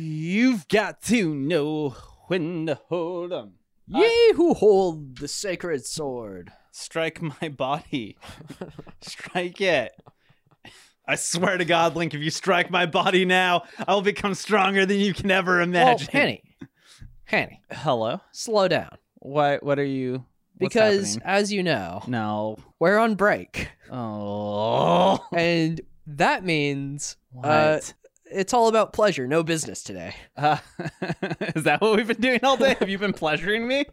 You've got to know when to hold 'em. Ye who hold the sacred sword. Strike my body. strike it. I swear to God, Link, if you strike my body now, I'll become stronger than you can ever imagine. Oh, Henny. Henny, Hello. slow down. Why? What are you? what's Because, happening? as you know, no. we're on break. Oh. And that means What? uh, it's all about pleasure, no business today. Uh, is that what we've been doing all day? Have you been pleasuring me?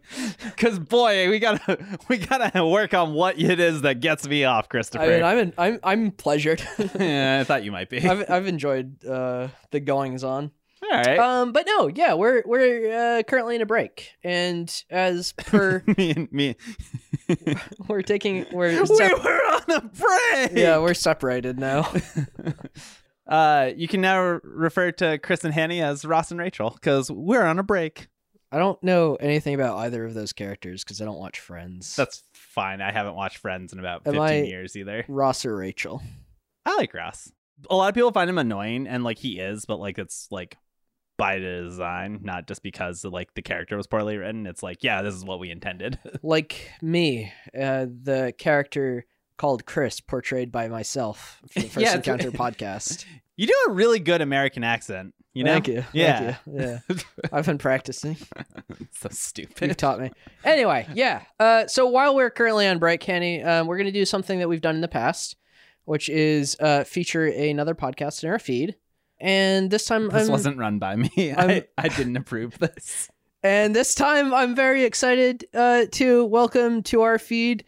Because boy, we gotta we gotta work on what it is that gets me off, Christopher. I mean, I'm in, I'm I'm pleasured. yeah, I thought you might be. I've I've enjoyed uh, the goings on. All right. Um, but no, yeah, we're we're uh, currently in a break, and as per, me and me. we're taking we're We sep- were on a break. yeah we're separated now. Uh, you can now refer to Chris and Hanny as Ross and Rachel because we're on a break. I don't know anything about either of those characters because I don't watch Friends. That's fine. I haven't watched Friends in about Am 15 I- years either. Ross or Rachel. I like Ross. A lot of people find him annoying, and like he is, but like it's like by design, not just because like the character was poorly written. It's like, yeah, this is what we intended. Like me, uh, the character called Chris, portrayed by myself for the Yeah, First it's- Encounter podcast. you do a really good American accent, you know? Thank you. Yeah. Thank you. Yeah. I've been practicing. so stupid. You've taught me. Anyway, yeah. Uh, so while we're currently on break, Kenny, um, we're going to do something that we've done in the past, which is uh, feature another podcast in our feed. And this time, This I'm, wasn't run by me. I'm- I, I didn't approve this. and this time, I'm very excited uh, to welcome to our feed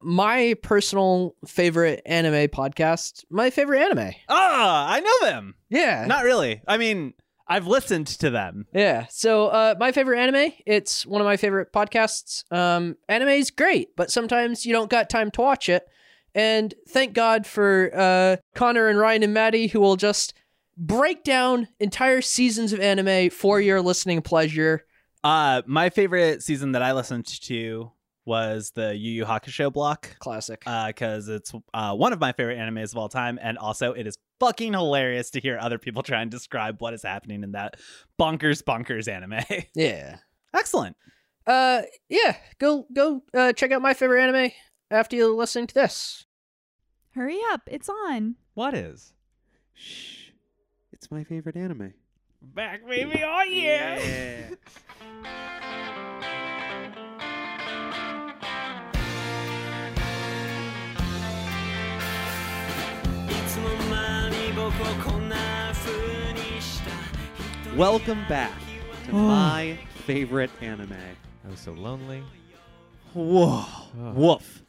my personal favorite anime podcast, my favorite anime. Ah, I know them. Yeah, Not really. I mean, I've listened to them. yeah. So, uh, my favorite anime. It's one of my favorite podcasts. Um, anime's great, but sometimes you don't got time to watch it. And thank God for uh, Connor and Ryan and Maddie, who will just break down entire seasons of anime for your listening pleasure. Uh, my favorite season that I listened to was the Yu Yu Hakusho block. Classic. Uh, because it's uh, one of my favorite animes of all time, and also it is fucking hilarious to hear other people try and describe what is happening in that bonkers bonkers anime. yeah. Excellent. uh yeah go go uh check out my favorite anime after you listen to this Hurry up, it's on. What is? Shh. It's my favorite anime. Back baby, oh yeah. Welcome back to my favorite anime. I Oh. was so lonely. Whoa. Ugh. Woof.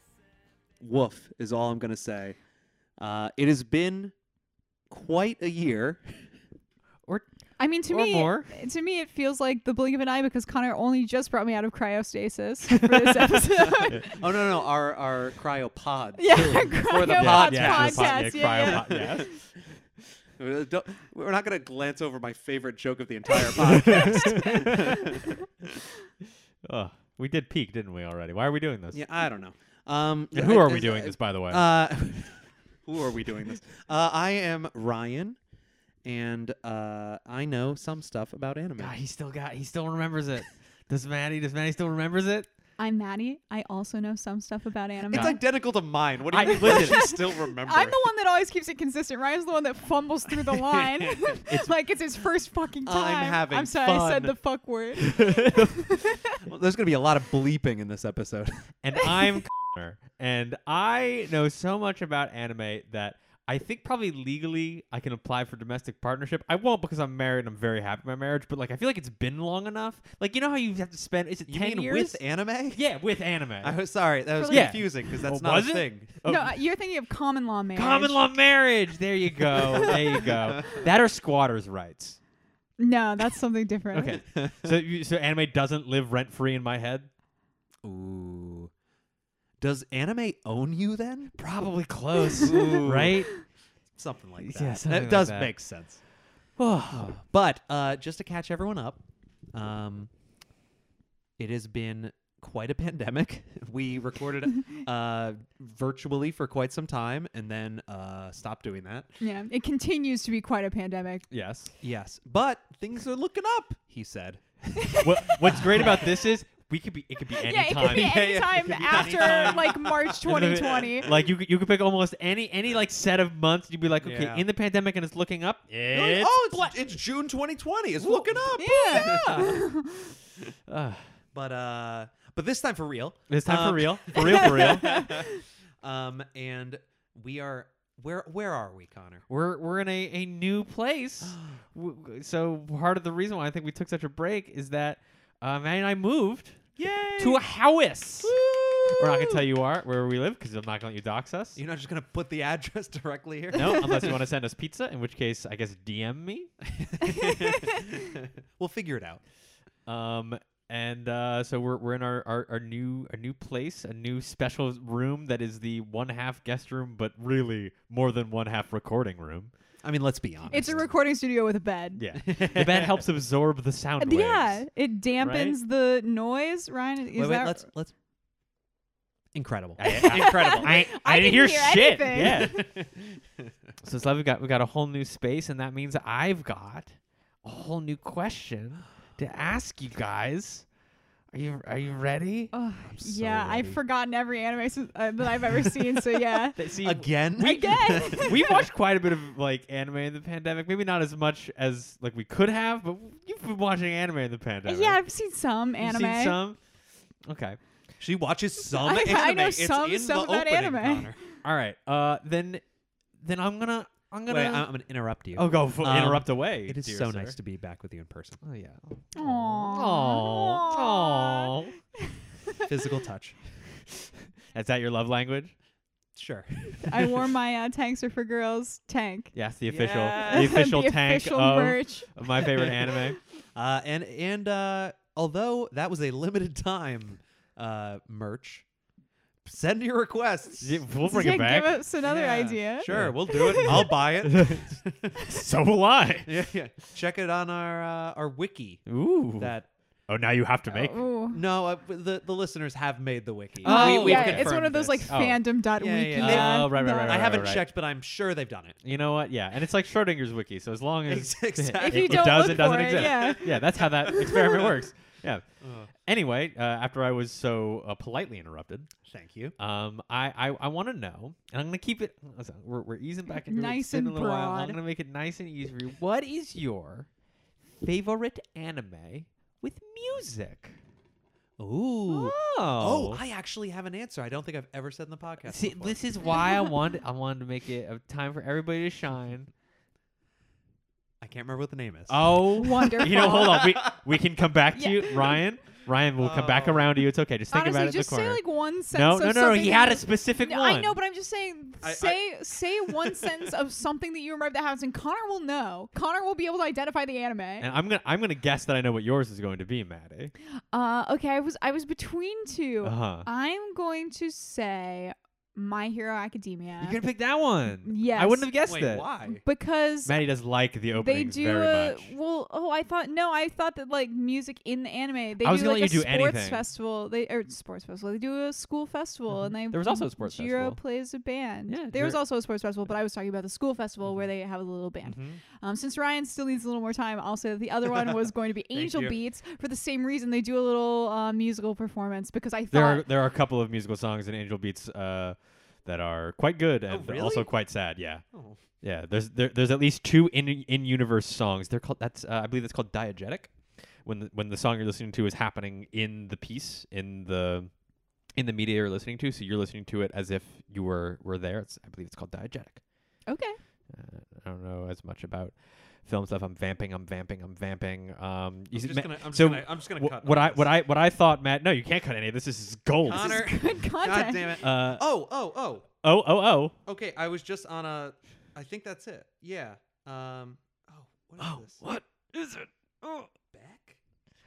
Woof is all I'm going to say. Uh, it has been quite a year. I mean, to Or me, more. to me, it feels like the blink of an eye because Connor only just brought me out of cryostasis for this episode. Oh, no, no. Our, our cryopod. yeah, too, for the cryopods pod, yeah, for the pod- podcast. Yeah, yeah. cryopod- yeah. Uh, don't- We're not going to glance over my favorite joke of the entire podcast. Ugh. we did peak, didn't we already? Why are we doing this? yeah, I don't know. Um, And who are we uh, doing this, by the way? Uh, who are we doing this? Uh, I am Ryan, and uh, I know some stuff about anime. God, he still got. He still remembers it. does Maddie? Does Maddie still remembers it? I'm Maddie. I also know some stuff about anime. It's identical to mine. What do you I- mean? listen. you still remember? I'm the one that always keeps it consistent. Ryan's the one that fumbles through the line. like it's his first fucking I'm time. having I'm sorry I said fun. the fuck word. Well, there's gonna be a lot of bleeping in this episode. And I'm Connor, and I know so much about anime that I think probably legally I can apply for domestic partnership. I won't because I'm married. and I'm very happy in my marriage, but like I feel like it's been long enough. Like you know how you have to spend is it You ten mean years? with anime? yeah, with anime. I was sorry. That was Yeah. confusing because that's Oh, not was a it? thing. Oh, No, uh, you're thinking of common law marriage. Common law marriage. There you go. There you go. That are squatters' rights. No, that's something different. Okay. So you, so anime doesn't live rent free in my head. Ooh. Does anime own you then? Probably close, Ooh. right? Something like that. Yeah, something that like does that. make sense. but uh, just to catch everyone up, um, it has been quite a pandemic. We recorded uh, virtually for quite some time and then uh, stopped doing that. Yeah, it continues to be quite a pandemic. Yes. Yes, but things are looking up, he said. what, what's great about this is we could be. It could be any yeah, it could be time. Yeah, yeah, it anytime could be after anytime. like March 2020. uh, Like you, could- you could pick almost any any like set of months. You'd be like, okay, Yeah. in the pandemic and it's looking up. They're like, It's oh, it's, it's June 2020. It's looking up. yeah. Ugh. But uh, but this time for real. it's time Um, for real, for real, for real. um, and we are where where are we, Connor? we're we're in a, a new place. W- w- so part of the reason why I think we took such a break is that uh, Maddie and I moved Yay! to a house. We're not gonna tell you where where we live because I'm not gonna let you dox us. You're not just gonna put the address directly here. no, unless you want to send us pizza, in which case I guess DM me. we'll figure it out. Um, and uh, so we're we're in our, our, our new a new place, a new special room that is the one half guest room, but really more than one half recording room. I mean, let's be honest. It's a recording studio with a bed. Yeah, the bed helps absorb the sound waves. Yeah, it dampens the noise. Ryan, is wait, wait, that let's let's. Incredible. I- Incredible. I, I didn't hear, didn't hear shit. anything. Yeah. so it's like we got we got a whole new space, and that means I've got a whole new question to ask you guys. Are you are you ready? Oh, so yeah, ready. I've forgotten every anime since, uh, that I've ever seen. So yeah, Th- See, Again. We- again. we watched quite a bit of like anime in the pandemic. Maybe not as much as like we could have, but you've been watching anime in the pandemic. yeah, I've seen some You've anime. Seen some. Okay. She watches some I- I anime. know it's some in stuff the about opening, anime. Connor. All right. Uh, then, then I'm gonna, I'm gonna. Wait, I'm, I'm gonna interrupt you. oh, go for, Um, interrupt away. it is dear so sir. nice to be back with you in person. Oh yeah. Aw. Oh. Physical touch. Is that your love language? Sure. I wore my uh, tanks are for girls tank. Yes, the official, Yes. the official tank official of, merch. of my favorite anime. Uh, and and uh, although that was a limited time uh, merch, send your requests. Yeah, We'll bring yeah, it back. Give us another Yeah, idea. Sure, Yeah. we'll do it. I'll buy it. so will I. yeah, yeah. Check it on our uh, our wiki. Ooh. That oh, now you have to make. Ooh. no, uh, the the listeners have made the wiki. Oh, we, we've yeah, it's one confirmed of those like this. Oh. fandom dot Yeah, wiki. yeah, yeah. Oh, right, right, dot- right, right, I right, haven't right. checked, but I'm sure they've done it. You know what? Yeah, and it's like Schrodinger's wiki. So as long as Exactly. If you it, don't it does, look it doesn't for it, exist. yeah. that's how that experiment works. Yeah. Ugh. Anyway, uh, after I was so uh, politely interrupted, Thank you. um, I I, I want to know, and I'm gonna keep it. listen, We're, we're easing back into it. It's Nice been and a little while. I'm broad. gonna make it nice and easy for you. What is your favorite anime with music? Ooh. Oh, Oh, I actually have an answer. I don't think I've ever said in the podcast. See, before. this is why I wanted I wanted to make it a time for everybody to shine. I can't remember what the name is. Oh, Wonderful. You know, hold on. We we can come back to Yeah. you, Ryan. Ryan, we'll come back Oh. around to you. It's okay. Just think Honestly, about it just in the say corner. like one no, sentence. of no, no, no. something He that had you- a specific No, one. I know, but I'm just saying. I- I- Say say one sentence of something that you remember that happens, and Connor will know. Connor will be able to identify the anime. and I'm gonna I'm gonna guess that I know what yours is going to be, Maddie. Uh, okay, I was I was between 2 Uh huh. I'm going to say My Hero Academia. You're gonna pick that one. Yes. I wouldn't have guessed Wait, it. why? because Maddie does like the they openings do very a much. well. Oh, I thought no, I thought that like music in the anime. They I was do gonna like let a you do sports anything. festival. They or sports festival. They do a school festival, Mhm. and they There was also a sports Jiro festival. plays a band. Yeah, Mm-hmm. there was there- also a sports festival, but I was talking about the school festival where they have a little band. Mm-hmm. Um, since Ryan still needs a little more time, I'll say that the other one was going to be Angel you. Beats for the same reason. They do a little uh, musical performance because I There thought are there are a couple of musical songs in Angel Beats uh, that are quite good and Oh, really? also quite sad. Yeah, Oh. yeah. There's there, there's at least two in in universe songs. They're called that's uh, I believe that's called diegetic, when the, when the song you're listening to is happening in the piece in the in the media you're listening to. So you're listening to it as if you were were there. It's I believe it's called diegetic. okay. Uh, I don't know as much about film stuff. I'm vamping. I'm vamping. I'm vamping. Um, you I'm see- just Ma- gonna. I'm just so gonna. I'm just gonna wh- cut. what all I this. what I what I thought, Matt. No, you can't cut any of this. This is gold. This is Connor. Good God content. damn it. uh, Oh, oh, oh. oh, oh, Okay, I was just on a. I think that's it. Yeah. Um. Oh, what is this? what is it? Oh, Beck?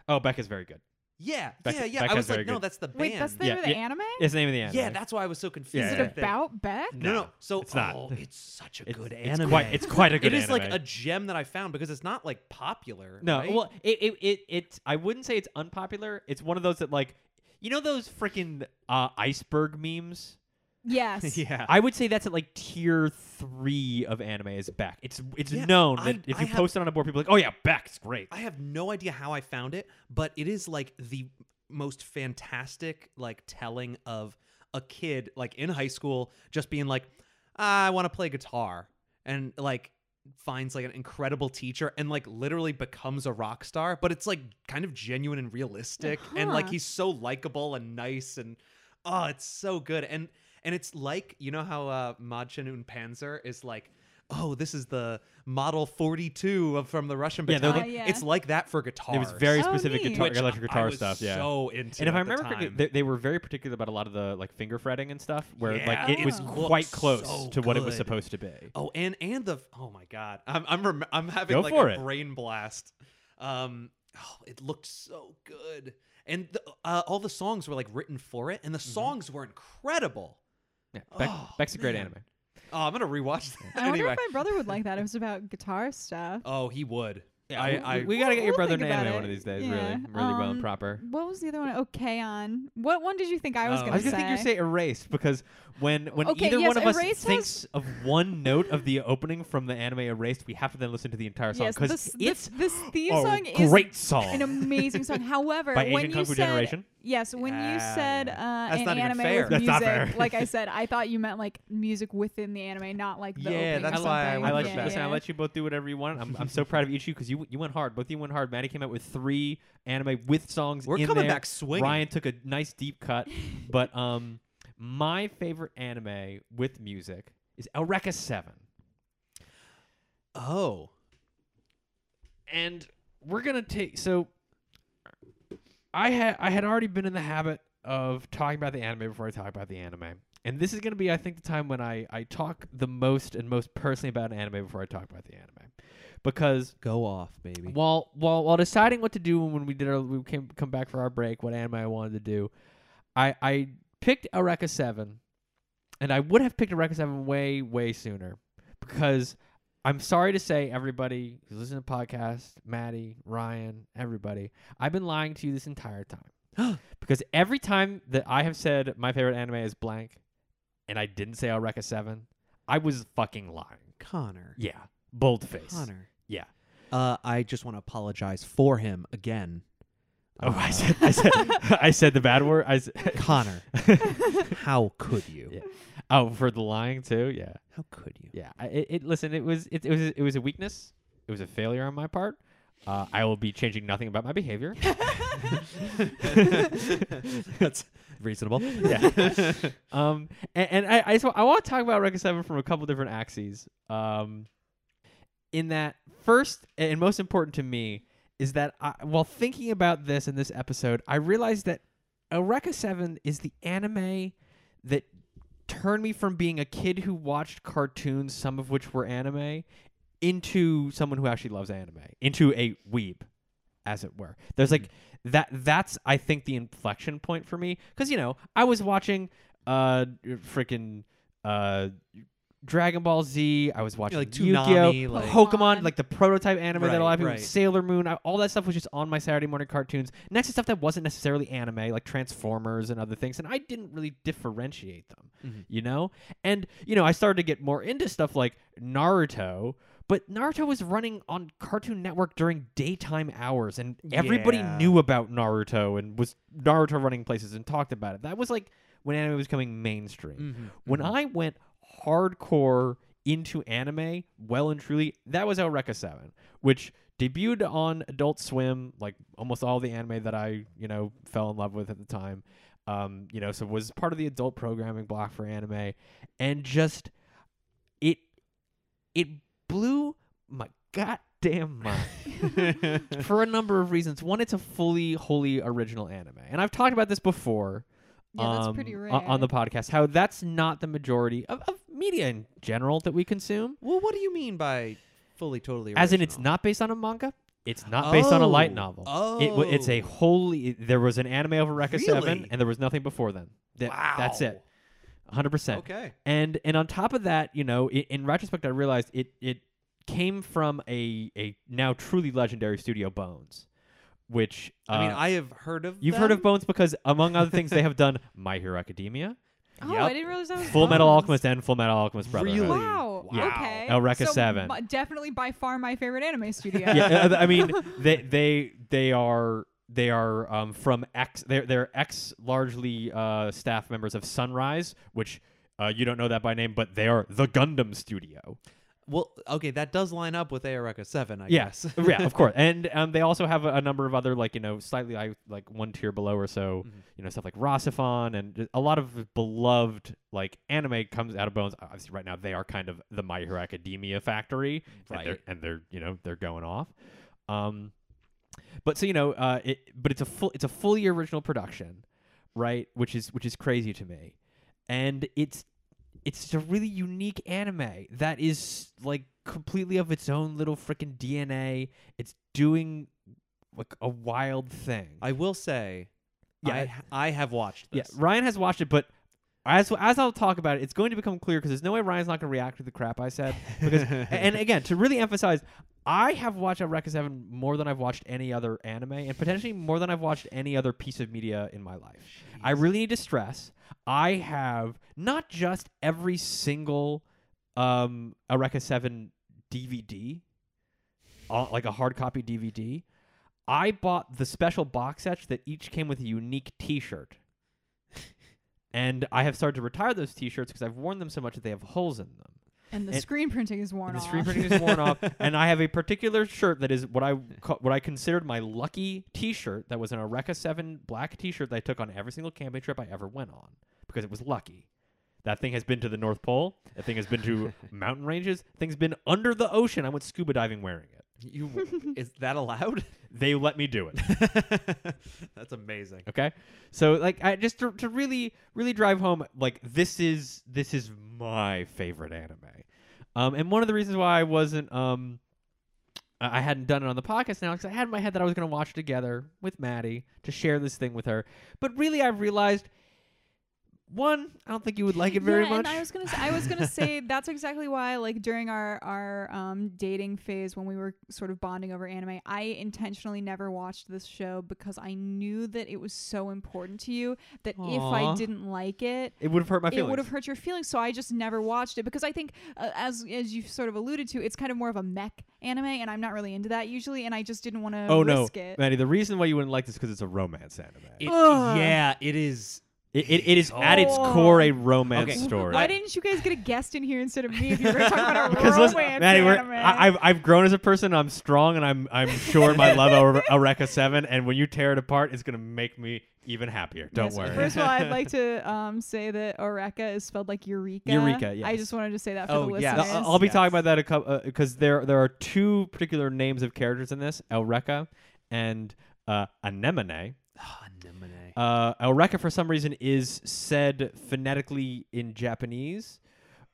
oh, Beck is very good. Yeah, Beck- yeah, yeah. I Beck has was very like, no, good- that's the band. Wait, that's the Yeah, name of the yeah. anime. It's the name of the anime. yeah, that's why I was so confused. Is Is it yeah, I think- about Beck? No, no. So it's not. oh, it's such a It's- good it's anime. Quite, it's quite a good. It is like anime. a gem that I found because it's not like popular. No, right? well, it, it it it I wouldn't say it's unpopular. It's one of those that like You know those freaking uh, iceberg memes? Yes. yeah. I would say that's at like tier three of anime is back. It's it's Yeah, known I- that if I you have- post it on a board, people are like, oh yeah, back. It's great. I have no idea how I found it, but it is like the most fantastic like telling of a kid like in high school just being like, "Ah, I want to play guitar and like finds like an incredible teacher and like literally becomes a rock star, but it's like kind of genuine and realistic and like Huh. he's so likable and nice and oh, it's so good and and it's like you know how uh Machinun Panzer is like Oh, this is the model 42 of, from the Russian Yeah, they're battalion. like- Ah, yeah. It's like that for guitars. It was very Oh, specific neat. guitar, Which electric I guitar was stuff. Yeah. So into. and if at I the remember correctly, time. they, they were very particular about a lot of the like finger fretting and stuff, where Yeah, like it it was looked quite close so to what it was good. supposed to be. oh, and and the oh my god, I'm I'm rem- I'm having Go like for a it. brain blast. Um, oh, it looked so good, and the, uh, all the songs were like written for it, and the songs were incredible. Yeah, Beck, Mm-hmm. Oh, Beck's a great man. anime. Oh, I'm gonna rewatch that I wonder anyway. if my brother would like that. It was about guitar stuff. oh, he would. Yeah, I- we, I- we- we gotta get your We'll brother an think about anime it. one of these days. Yeah. Really, really well and Um, proper. What was the other one? Okay, on what one did you think I was Oh. gonna Uh, I was gonna say? think you say erased because when when Okay, either yes, one of us Erased has- thinks of one note of the opening from the anime erased, we have to then listen to the entire song yes, because this, it's this, this theme a song is great song. an amazing song. However, By when Asian you Kung Fu said Generation? yes, when you Yeah, said yeah. uh, That's an not even anime fair. with That's music, not fair. like I said, I thought you meant like music within the anime, not like the Yeah, opening that's or why I something. I went let for you yeah, listen. I yeah. let you both do whatever you want. I'm, I'm so proud of each of you because you you went hard. Both of you went hard. Maddie came out with three anime with songs. We're in coming there. back swinging. Ryan took a nice deep cut, but um, my favorite anime with music is Eureka Seven, Oh, and we're gonna take so. I had I had already been in the habit of talking about the anime before I talk about the anime, and this is gonna be I think the time when I I talk the most and most personally about an anime before I talk about the anime, because go off, baby. While while while deciding what to do when we did our we came come back for our break, what anime I wanted to do, I I picked Eureka Seven, and I would have picked Eureka Seven way way sooner because I'm sorry to say everybody who's listening to the podcast, Maddie, Ryan, everybody, I've been lying to you this entire time because every time that I have said my favorite anime is blank, and I didn't say Eureka Seven, I was fucking lying. Connor. Yeah, boldface. Connor. Yeah. Uh, I just want to apologize for him again. Oh, Uh, I said, I said, I said the bad word. I s- Connor, how could you? Yeah. oh, for the lying too. Yeah, How could you? yeah. I, it, it listen. It was it, it was it was a weakness. It was a failure on my part. Uh, I will be changing nothing about my behavior. That's reasonable. yeah. um, and, and I I, just wa- I want to talk about Record Seven from a couple different axes. Um, in that first and most important to me is that I, while thinking about this in this episode, I realized that Eureka Seven is the anime that turned me from being a kid who watched cartoons, some of which were anime, into someone who actually loves anime, into a weeb, as it were. There's like Mm-hmm. that. That's I think the inflection point for me because you know I was watching uh freaking uh Dragon Ball Z. I was watching like Yu-Gi-Oh, Toonami, like- Pokemon, Pokemon. like the prototype anime that a Right, lot of people right. Sailor Moon, I, all that stuff was just on my Saturday morning cartoons. Next to stuff that wasn't necessarily anime, like Transformers and other things, and I didn't really differentiate them, Mhm. you know. And you know, I started to get more into stuff like Naruto, but Naruto was running on Cartoon Network during daytime hours, and everybody Yeah. knew about Naruto and was Naruto running places and talked about it. That was like when anime was coming mainstream when I went hardcore into anime, well and truly, that was Eureka 7, which debuted on Adult Swim, like almost all the anime that I, you know, fell in love with at the time. Um, you know, so was part of the adult programming block for anime and just it it blew my goddamn mind for a number of reasons. One, it's a fully wholly original anime. And I've talked about this before Yeah, that's um, pretty o- rare. on the podcast how that's not the majority of, of media in general that we consume well, what do you mean by fully totally? as in it's original? not based on a manga it's not based on a light Oh. novel Oh, It wa- it's a wholly there was an anime of Eureka 7 Really? and there was nothing before then That- wow. that's it 100% Okay. and and on top of that you know i in retrospect i realized it it came from a a now truly legendary studio bones which uh, I mean, I have heard of. you've heard of them. Bones because, among other things, they have done My Hero Academia, Oh, Yep. I didn't realize that was Full Metal Bones. Alchemist, and Full Metal Alchemist Brotherhood. Really? Wow. Wow. Okay. El Rekka so, 7. mu- definitely by far my favorite anime studio. yeah, uh, I mean they they they are they are um, from ex they're they're ex largely uh, staff members of Sunrise, which uh, you don't know that by name, but they are the Gundam Studio. Well, okay, that does line up with Eureka Seven, I yes, guess. yeah, of course, and um, they also have a, a number of other like you know slightly I, like one tier below or so Mhm. you know stuff like Rossifon and a lot of beloved like anime comes out of Bones. Obviously, right now they are kind of the My Hero Academia factory, and they're, Right. and they're you know they're going off. Um, but so you know, uh, it but it's a full it's a full year original production, right? Which is which is crazy to me, and it's it's just a really unique anime that is like completely of its own little freaking DNA. It's doing like a wild thing. I will say, Yeah, I, I- ha- I have watched Yeah, this. Ryan has watched it, but as as I'll talk about it, it's going to become clear because there's no way Ryan's not going to react to the crap I said. Because a- and again, to really emphasize, I have watched Eureka Seven more than I've watched any other anime, and potentially more than I've watched any other piece of media in my life. I really need to stress I have not just every single um Eureka 7 DVD, uh, like a hard copy DVD. I bought the special box sets that each came with a unique T-shirt, and I have started to retire those T-shirts because I've worn them so much that they have holes in them. And the And- screen printing is worn And the off. screen printing is worn off, and I have a particular shirt that is what I ca- what I considered my lucky T-shirt that was an Eureka Seven black T-shirt that I took on every single camping trip I ever went on because it was lucky. That thing has been to the North Pole. That thing has been to mountain ranges. Thing's been under the ocean. I went scuba diving wearing it. You is that allowed? They let me do it. That's amazing. Okay, so like I just to, to really really drive home like this is this is my favorite anime, um, and one of the reasons why I wasn't um, I I hadn't done it on the podcast now because I had in my head that I was going to watch it together with Maddie to share this thing with her, but really I realized one I don't think you would like it very yeah, much. And I was gonna, s- I was gonna say that's exactly why, like during our our um, dating phase when we were sort of bonding over anime, I intentionally never watched this show because I knew that it was so important to you that if Aw. I didn't like it, it would have hurt my feelings. it would have hurt your feelings. So I just never watched it because I think, uh, as as you sort of alluded to, it's kind of more of a mech anime, and I'm not really into that usually, and I just didn't want to Oh no, risk it. Maddie! The reason why you wouldn't like this because it's a romance anime. It, Ugh. yeah, it is. it, it is at its Oh. core a romance Okay. story. Why didn't you guys get a guest in here instead of me if you were talking about a Because romance listen, Maddie, we're, anime? I, I've I've grown as a person. I'm strong, and I'm I'm sure my love of Eureka Seven. And when you tear it apart, it's gonna make me even happier. Don't Yes, worry. First of all, I'd like to um, say that Eureka is spelled like Eureka. Eureka, I yes. just wanted to say that for Oh, the yes. listeners. No, I'll be Yes. talking about that a couple because there there are two particular names of characters in this: Eureka and uh, Anemone. Ah, anemone. Uh, Eureka, for some reason, is said phonetically in Japanese,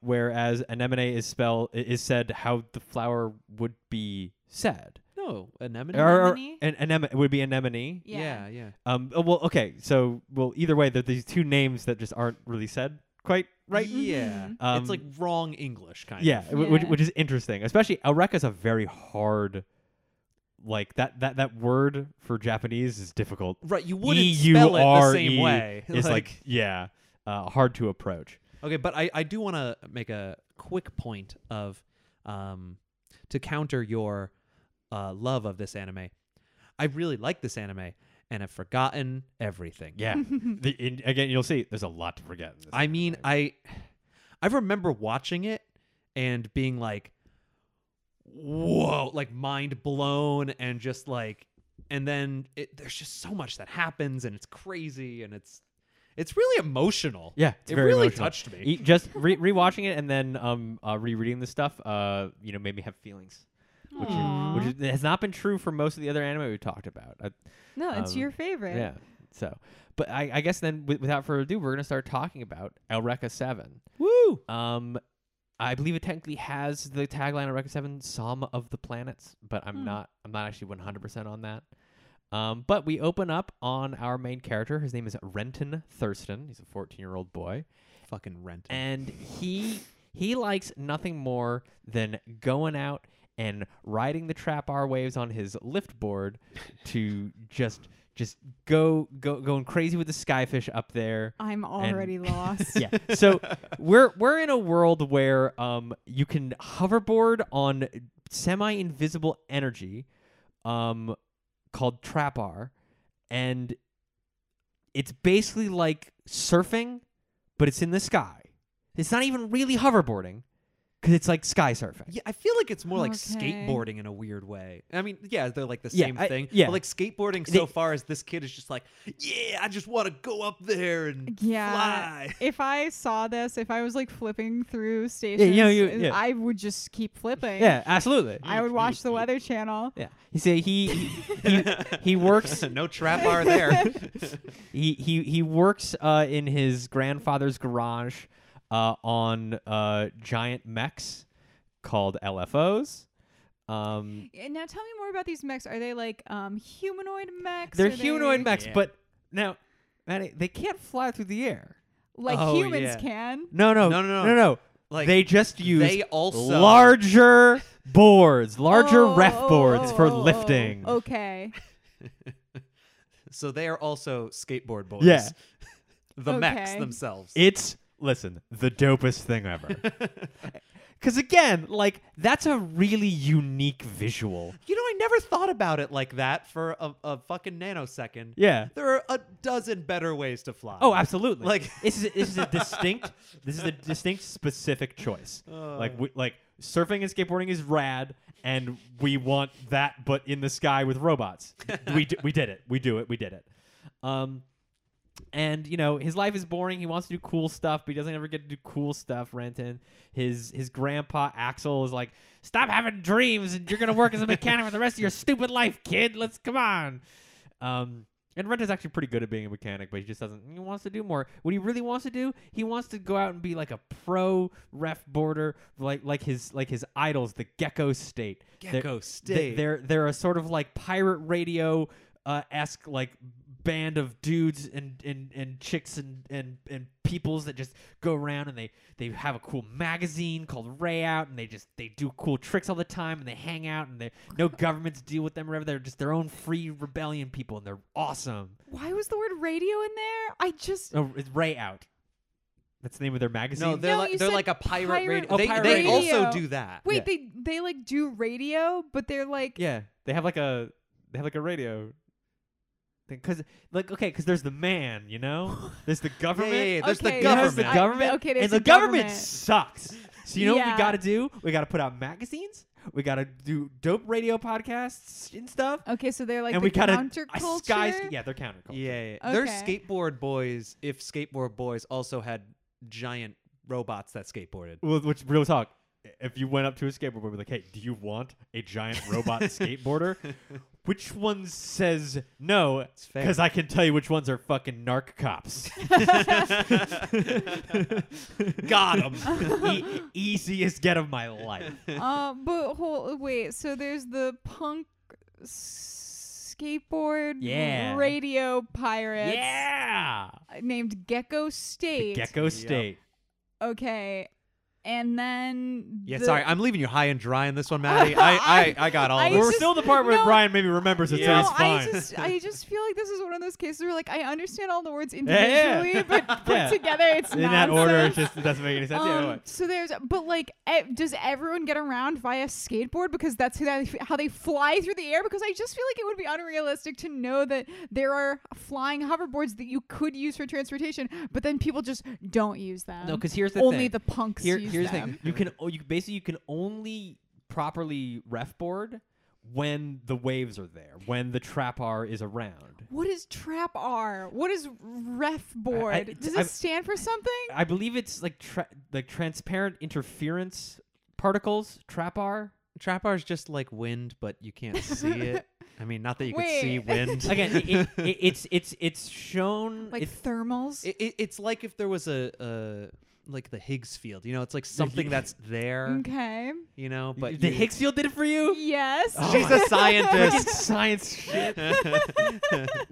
whereas Anemone is spell is said how the flower would be said. no, anemone. Or, or Anemone? an anemone it would be anemone. yeah. yeah, yeah. Um. oh, Well, okay. So, well, either way, there are these two names that just aren't really said quite right. Yeah, Mhm. it's like wrong English kind Yeah, of. wh- Which, Yeah. which is interesting, especially Eureka is a very hard, like that that that word for Japanese is difficult. Right, you wouldn't E spell it the same E-U-R-E way. is like, yeah, uh, hard to approach. Okay, but I, I do want to make a quick point of um to counter your uh love of this anime. I really like this anime and have forgotten everything. Yeah. the, in, again, you'll see. There's a lot to forget. In this I mean, anime. I I remember watching it and being like whoa, like mind blown and just like and then it, there's just so much that happens and it's crazy and it's it's really emotional. yeah, it's it very really emotional. touched me. E- just re- rewatching it and then um uh, rereading the stuff uh you know made me have feelings. which, Aw. is, which is, has not been true for most of the other anime we talked about. I, no, it's um, your favorite. Yeah. So, but I, I guess then wi- without further ado, we're gonna start talking about Eureka Seven. Woo! Um, I believe it technically has the tagline Eureka Seven, "Psalm of the Planets," but I'm Hmm. not. I'm not actually 100 percent on that. Um, but we open up on our main character. His name is Renton Thurston. He's a 14 year old boy Fucking rent. and he he likes nothing more than going out and riding the trap R waves on his lift board to just just go go going crazy with the skyfish up there. I'm already lost. yeah. So we're we're in a world where um you can hoverboard on semi invisible energy um called trapar and it's basically like surfing but it's in the sky. It's not even really hoverboarding cuz it's like sky surfing. Yeah, I feel like it's more like Okay. skateboarding in a weird way. I mean, yeah, they're like the Yeah, same I- thing. yeah. But like skateboarding so They- far as this kid is just like, yeah, I just want to go up there and Yeah. fly. If I saw this, if I was like flipping through stations, you- uh, yeah. I would just keep flipping. Yeah, absolutely. I would watch the Weather Channel. yeah. You see he he, he, he works no trap bar there. He he he works uh, in his grandfather's garage uh, on uh, giant mechs called LFOs. Um, And now tell me more about these mechs. Are they like um, humanoid mechs? they're Are humanoid they- mechs, Yeah. but now Maddie, they can't fly through the air. Like Oh, humans yeah. can. No, no, No, no, no. no, no. Like they just use they also- larger boards, larger Oh, ref oh, boards oh, for oh, oh. lifting. Okay. so they are also skateboard boys. Yeah. the mechs Okay. themselves. It's listen, the dopest thing ever. Because again, like that's a really unique visual. you know, I never thought about it like that for a, a fucking nanosecond. Yeah. There are a dozen better ways to fly. Oh, absolutely. Like- this is this is a distinct this is a distinct specific choice. like we, like surfing and skateboarding is rad, and we want that, but in the sky with robots. we d- we did it. We do it. We did it. Um, and you know his life is boring. He wants to do cool stuff, but he doesn't ever get to do cool stuff. Renton, his his grandpa Axel is like, stop having dreams, and you're gonna work as a mechanic for the rest of your stupid life, kid. Let's come on. Um, and Renton's actually pretty good at being a mechanic, but he just doesn't. He wants to do more. What he really wants to do, he wants to go out and be like a pro ref boarder, like like his like his idols, the Gecko State. They're- Gecko they- State. They're they're a sort of like pirate radio uh, esque like band of dudes and and, and chicks and, and and peoples that just go around and they they have a cool magazine called Rayout and they just they do cool tricks all the time and they hang out and they no governments deal with them or whatever they're just their own free rebellion people and they're awesome. Why was the word radio in there? I just. Oh, it's Rayout. That's the name of their magazine. no, they're No, like you they're said like a pirate, pirate- radio. Oh, they pirate they radio. also do that. Wait, they they like do radio, but they're like Yeah, they have like a they have like a radio thing because like okay, because there's the man, you know, there's the government. yeah, yeah. There's the okay, There's the government. I- government. okay, and there's the the government. government. sucks. So you know what Yeah. we got to do? We got to put out magazines. We got to do dope radio podcasts and stuff. Okay, so they're like and the we got to counterculture. Yeah, they're counterculture. Yeah, yeah. they're Okay. skateboard boys. If skateboard boys also had giant robots that skateboarded, Well, which real talk. If you went up to a skateboarder and be like, "Hey, do you want a giant robot skateboarder?" Which one says no? it's fair. Because I can tell you which ones are fucking narc cops. got him. e- easiest get of my life. uh, but hold wait. So there's the punk s- skateboard Yeah. radio pirates Yeah. named Gecko The State. Gecko State. okay, and then Yeah, the- sorry, I'm leaving you high and dry on this one, Maddie. I, I, I got all I of We're this. just- still the part where no. Brian maybe remembers it, Yeah. no, so he's I fine. just I just feel like this is one of those cases where like I understand all the words yeah. individually, but put Yeah. together it's In that order, it nonsense. just it doesn't make any sense. Um, Yeah, anyway. So there's, but like, e- does everyone get around via skateboard because that's who that, how they fly through the air? Because I just feel like it would be unrealistic to know that there are flying hoverboards that you could use for transportation, but then people just don't use them. No, because here's the only thing. the punks Here, use here's the them. thing. You can oh, you basically you can only properly ref board when the waves are there, when the trap R is around. What is trap R? What is ref board? I- does it I've- stand for something? I believe it's like tra- like transparent interference particles, trap R. Trap bar is just like wind, but you can't see it. I mean, not that you can see Wait. wind. Again, it, it, it's it's it's shown Like it- thermals? It, it, it's like if there was a, a like the Higgs field. You know, it's like something that's there. Okay. You know, but the you- Higgs field did it for you. Yes. Oh She's a Freaking scientist. science shit. No,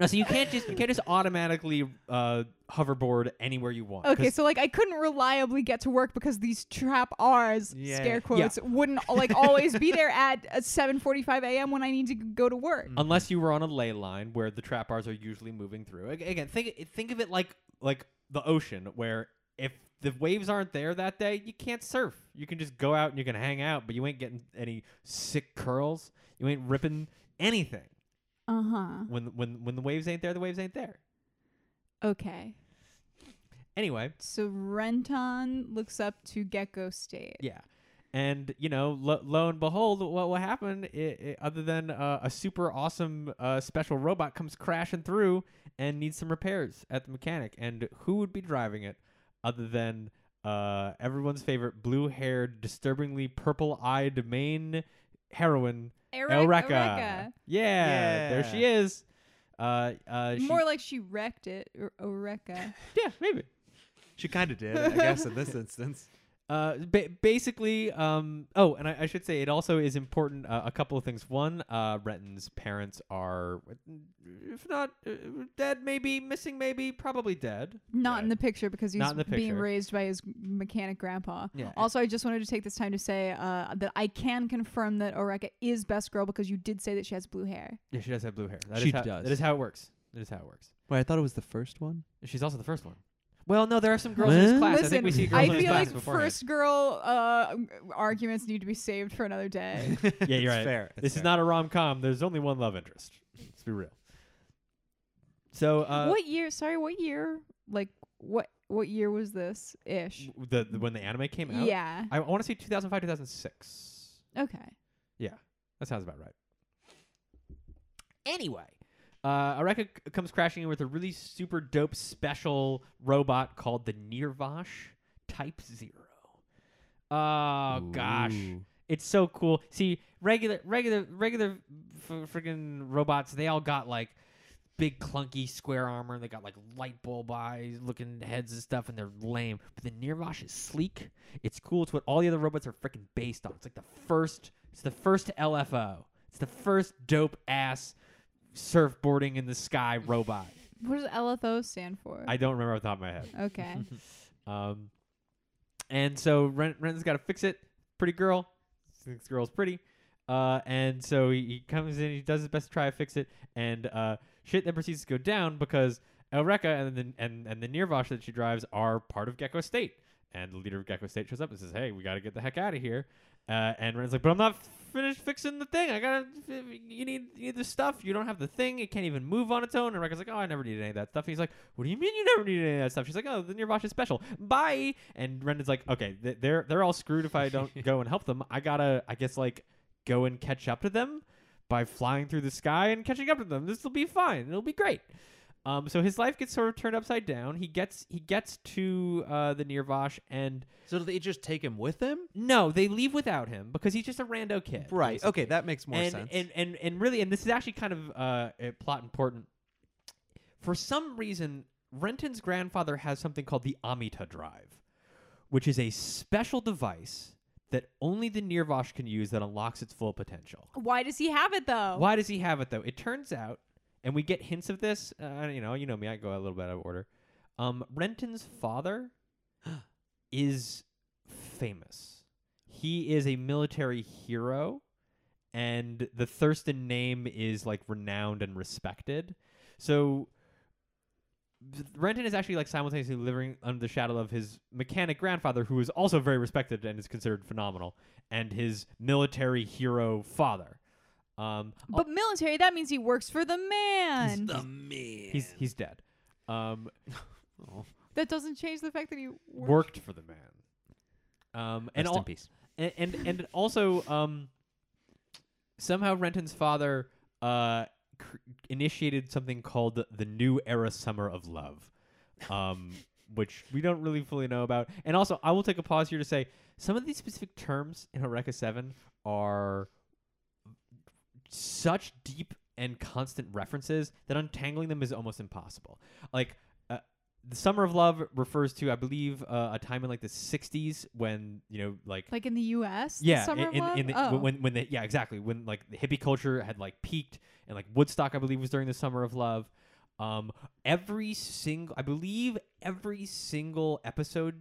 so you can't just you can't just automatically uh, hoverboard anywhere you want. Okay, 'cause so like I couldn't reliably get to work because these trap R's, Yeah. Yeah. scare quotes, wouldn't like always be there at uh, 7:45 a.m. when I need to go to work. unless you were on a ley line where the trap bars are usually moving through. Ag- Again, think think of it like like the ocean where if the waves aren't there that day, you can't surf. You can just go out and you can hang out, but you ain't getting any sick curls. You ain't ripping anything. Uh huh. When when when the waves ain't there, the waves ain't there. Okay. Anyway, So Renton looks up to Gecko State. yeah. And you know, lo, lo and behold, what will happen? i i other than uh, a super awesome uh, special robot comes crashing through and needs some repairs at the mechanic, and who would be driving it other than uh, everyone's favorite blue-haired, disturbingly purple-eyed main heroine, Eric- Elreka? Eureka. Yeah, there Yeah. she is. Uh, uh, she- More like she wrecked it, or Eureka. yeah, maybe. she kind of did, I guess, in this instance. Uh, ba- basically, um, oh, and I, I should say it also is important. Uh, a couple of things. One, uh, Renton's parents are, if not uh, dead, maybe missing, maybe probably dead. Not Yeah. in the picture because he's Not in the being picture. raised by his mechanic grandpa. Yeah. Also, I just wanted to take this time to say uh, that I can confirm that Eureka is best girl because you did say that she has blue hair. Yeah, she does have blue hair. That is She how, does. That is how it works. That is how it works. Wait, I thought it was the first one. She's also the first one. Well, no, there are some girls in this Huh? class. Listen, I think we see girls I in this feel class like beforehand. first girl uh, arguments need to be saved for another day. Yeah, you're It's right. Fair. this is not a rom com. There's only one love interest. Let's be real. So uh, what year? Sorry, what year? Like what? What year was this ish? w- The, the when the anime came out, Yeah. I, want to say 2005, 2006. Okay. Yeah, that sounds about right. Anyway, uh, Areka c- comes crashing in with a really super dope special robot called the Nirvash Type Zero. Oh gosh, it's so cool. See, regular, regular, regular, f- friggin' robots. They all got like big clunky square armor. They got like light bulb eyes, looking heads and stuff, and they're lame. But the Nirvash is sleek. It's cool. It's what all the other robots are freaking based on. It's like the first. It's the first LFO. It's the first dope ass surfboarding in the sky robot. What does LFO stand for? I don't remember off the top of my head. okay. Um, and so Ren- Ren's got to fix it. Pretty girl. This girl's pretty. Uh, and so he, he comes in, he does his best to try to fix it, and uh, shit then proceeds to go down because Elreka and the, and, and the Nirvash that she drives are part of Gecko State. And the leader of Gecko State shows up and says, hey, we got to get the heck out of here. Uh, and Ren's like, but I'm not finished fixing the thing. I gotta. You need, you need the stuff. You don't have the thing. It can't even move on its own. And Rebecca's like, oh, I never needed any of that stuff. And he's like, what do you mean you never needed any of that stuff? She's like, oh, then your Bosch is special. Bye. And Brendan's like, okay, th- they're they're all screwed if I don't go and help them. I gotta, I guess, like, go and catch up to them by flying through the sky and catching up to them. This will be fine. It'll be great. Um, so his life gets sort of turned upside down. He gets he gets to uh, the Nirvash, and So did they just take him with them? no, they leave without him because he's just a rando kid. Right. basically Okay, that makes more and, sense. And and and really, and this is actually kind of uh, a plot important. For some reason, Renton's grandfather has something called the Amita drive, which is a special device that only the Nirvash can use that unlocks its full potential. Why does he have it though? Why does he have it though? It turns out, and we get hints of this. Uh, you know, you know me. I go a little bit out of order. Um, Renton's father is famous. He is a military hero, and the Thurston name is like renowned and respected. So. th- Renton is actually like simultaneously living under the shadow of his mechanic grandfather, who is also very respected and is considered phenomenal, and his military hero father. Um, Oh, But military, that means he works for the man. the man. He's he's dead. Um, that doesn't change the fact that he works. worked for the man. Um, and, al- peace. and and and also um, somehow Renton's father uh cr- initiated something called the New Era Summer of Love, um, which we don't really fully know about. And also, I will take a pause here to say some of these specific terms in Eureka Seven are such deep and constant references that untangling them is almost impossible. Like uh, the summer of love refers to, I believe, uh, a time in like the '60s when you know, like, Like in the U.S. the yeah, i- summer of in, love? in the, oh. when when the yeah exactly when like the hippie culture had like peaked and like Woodstock, I believe, was during the summer of love. Um, every single, I believe, every single episode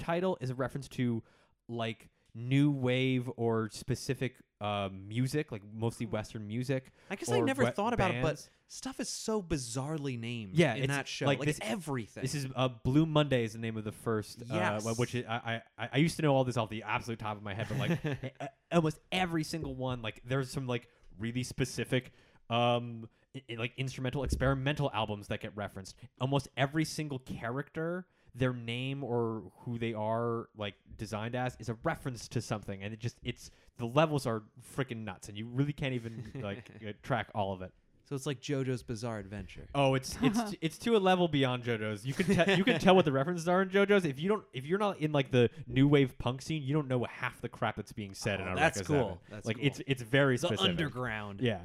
title is a reference to like new wave or specific uh, music, like mostly Western music. Hmm. I guess I or never we- thought about it, but bands. stuff is so bizarrely named Yeah, in it's that show. like Like, this- everything. This is uh, Blue Monday is the name of the first. uh, wh- which Yes. is, I, I I used to know all this off the absolute top of my head, but like a- almost every single one, like there's some like really specific, um, i- i- like instrumental experimental albums that get referenced. Almost every single character, their name or who they are like designed as is a reference to something, and it just it's the levels are freaking nuts, and you really can't even like uh, track all of it. so it's like JoJo's Bizarre Adventure. Oh, it's it's t- it's to a level beyond JoJo's. You can te- you can tell what the references are in JoJo's. If you don't, if you're not in like the new wave punk scene, you don't know half the crap that's being said in Oh, Eureka that's 7. cool. That's like cool. it's it's very the specific. underground. Yeah.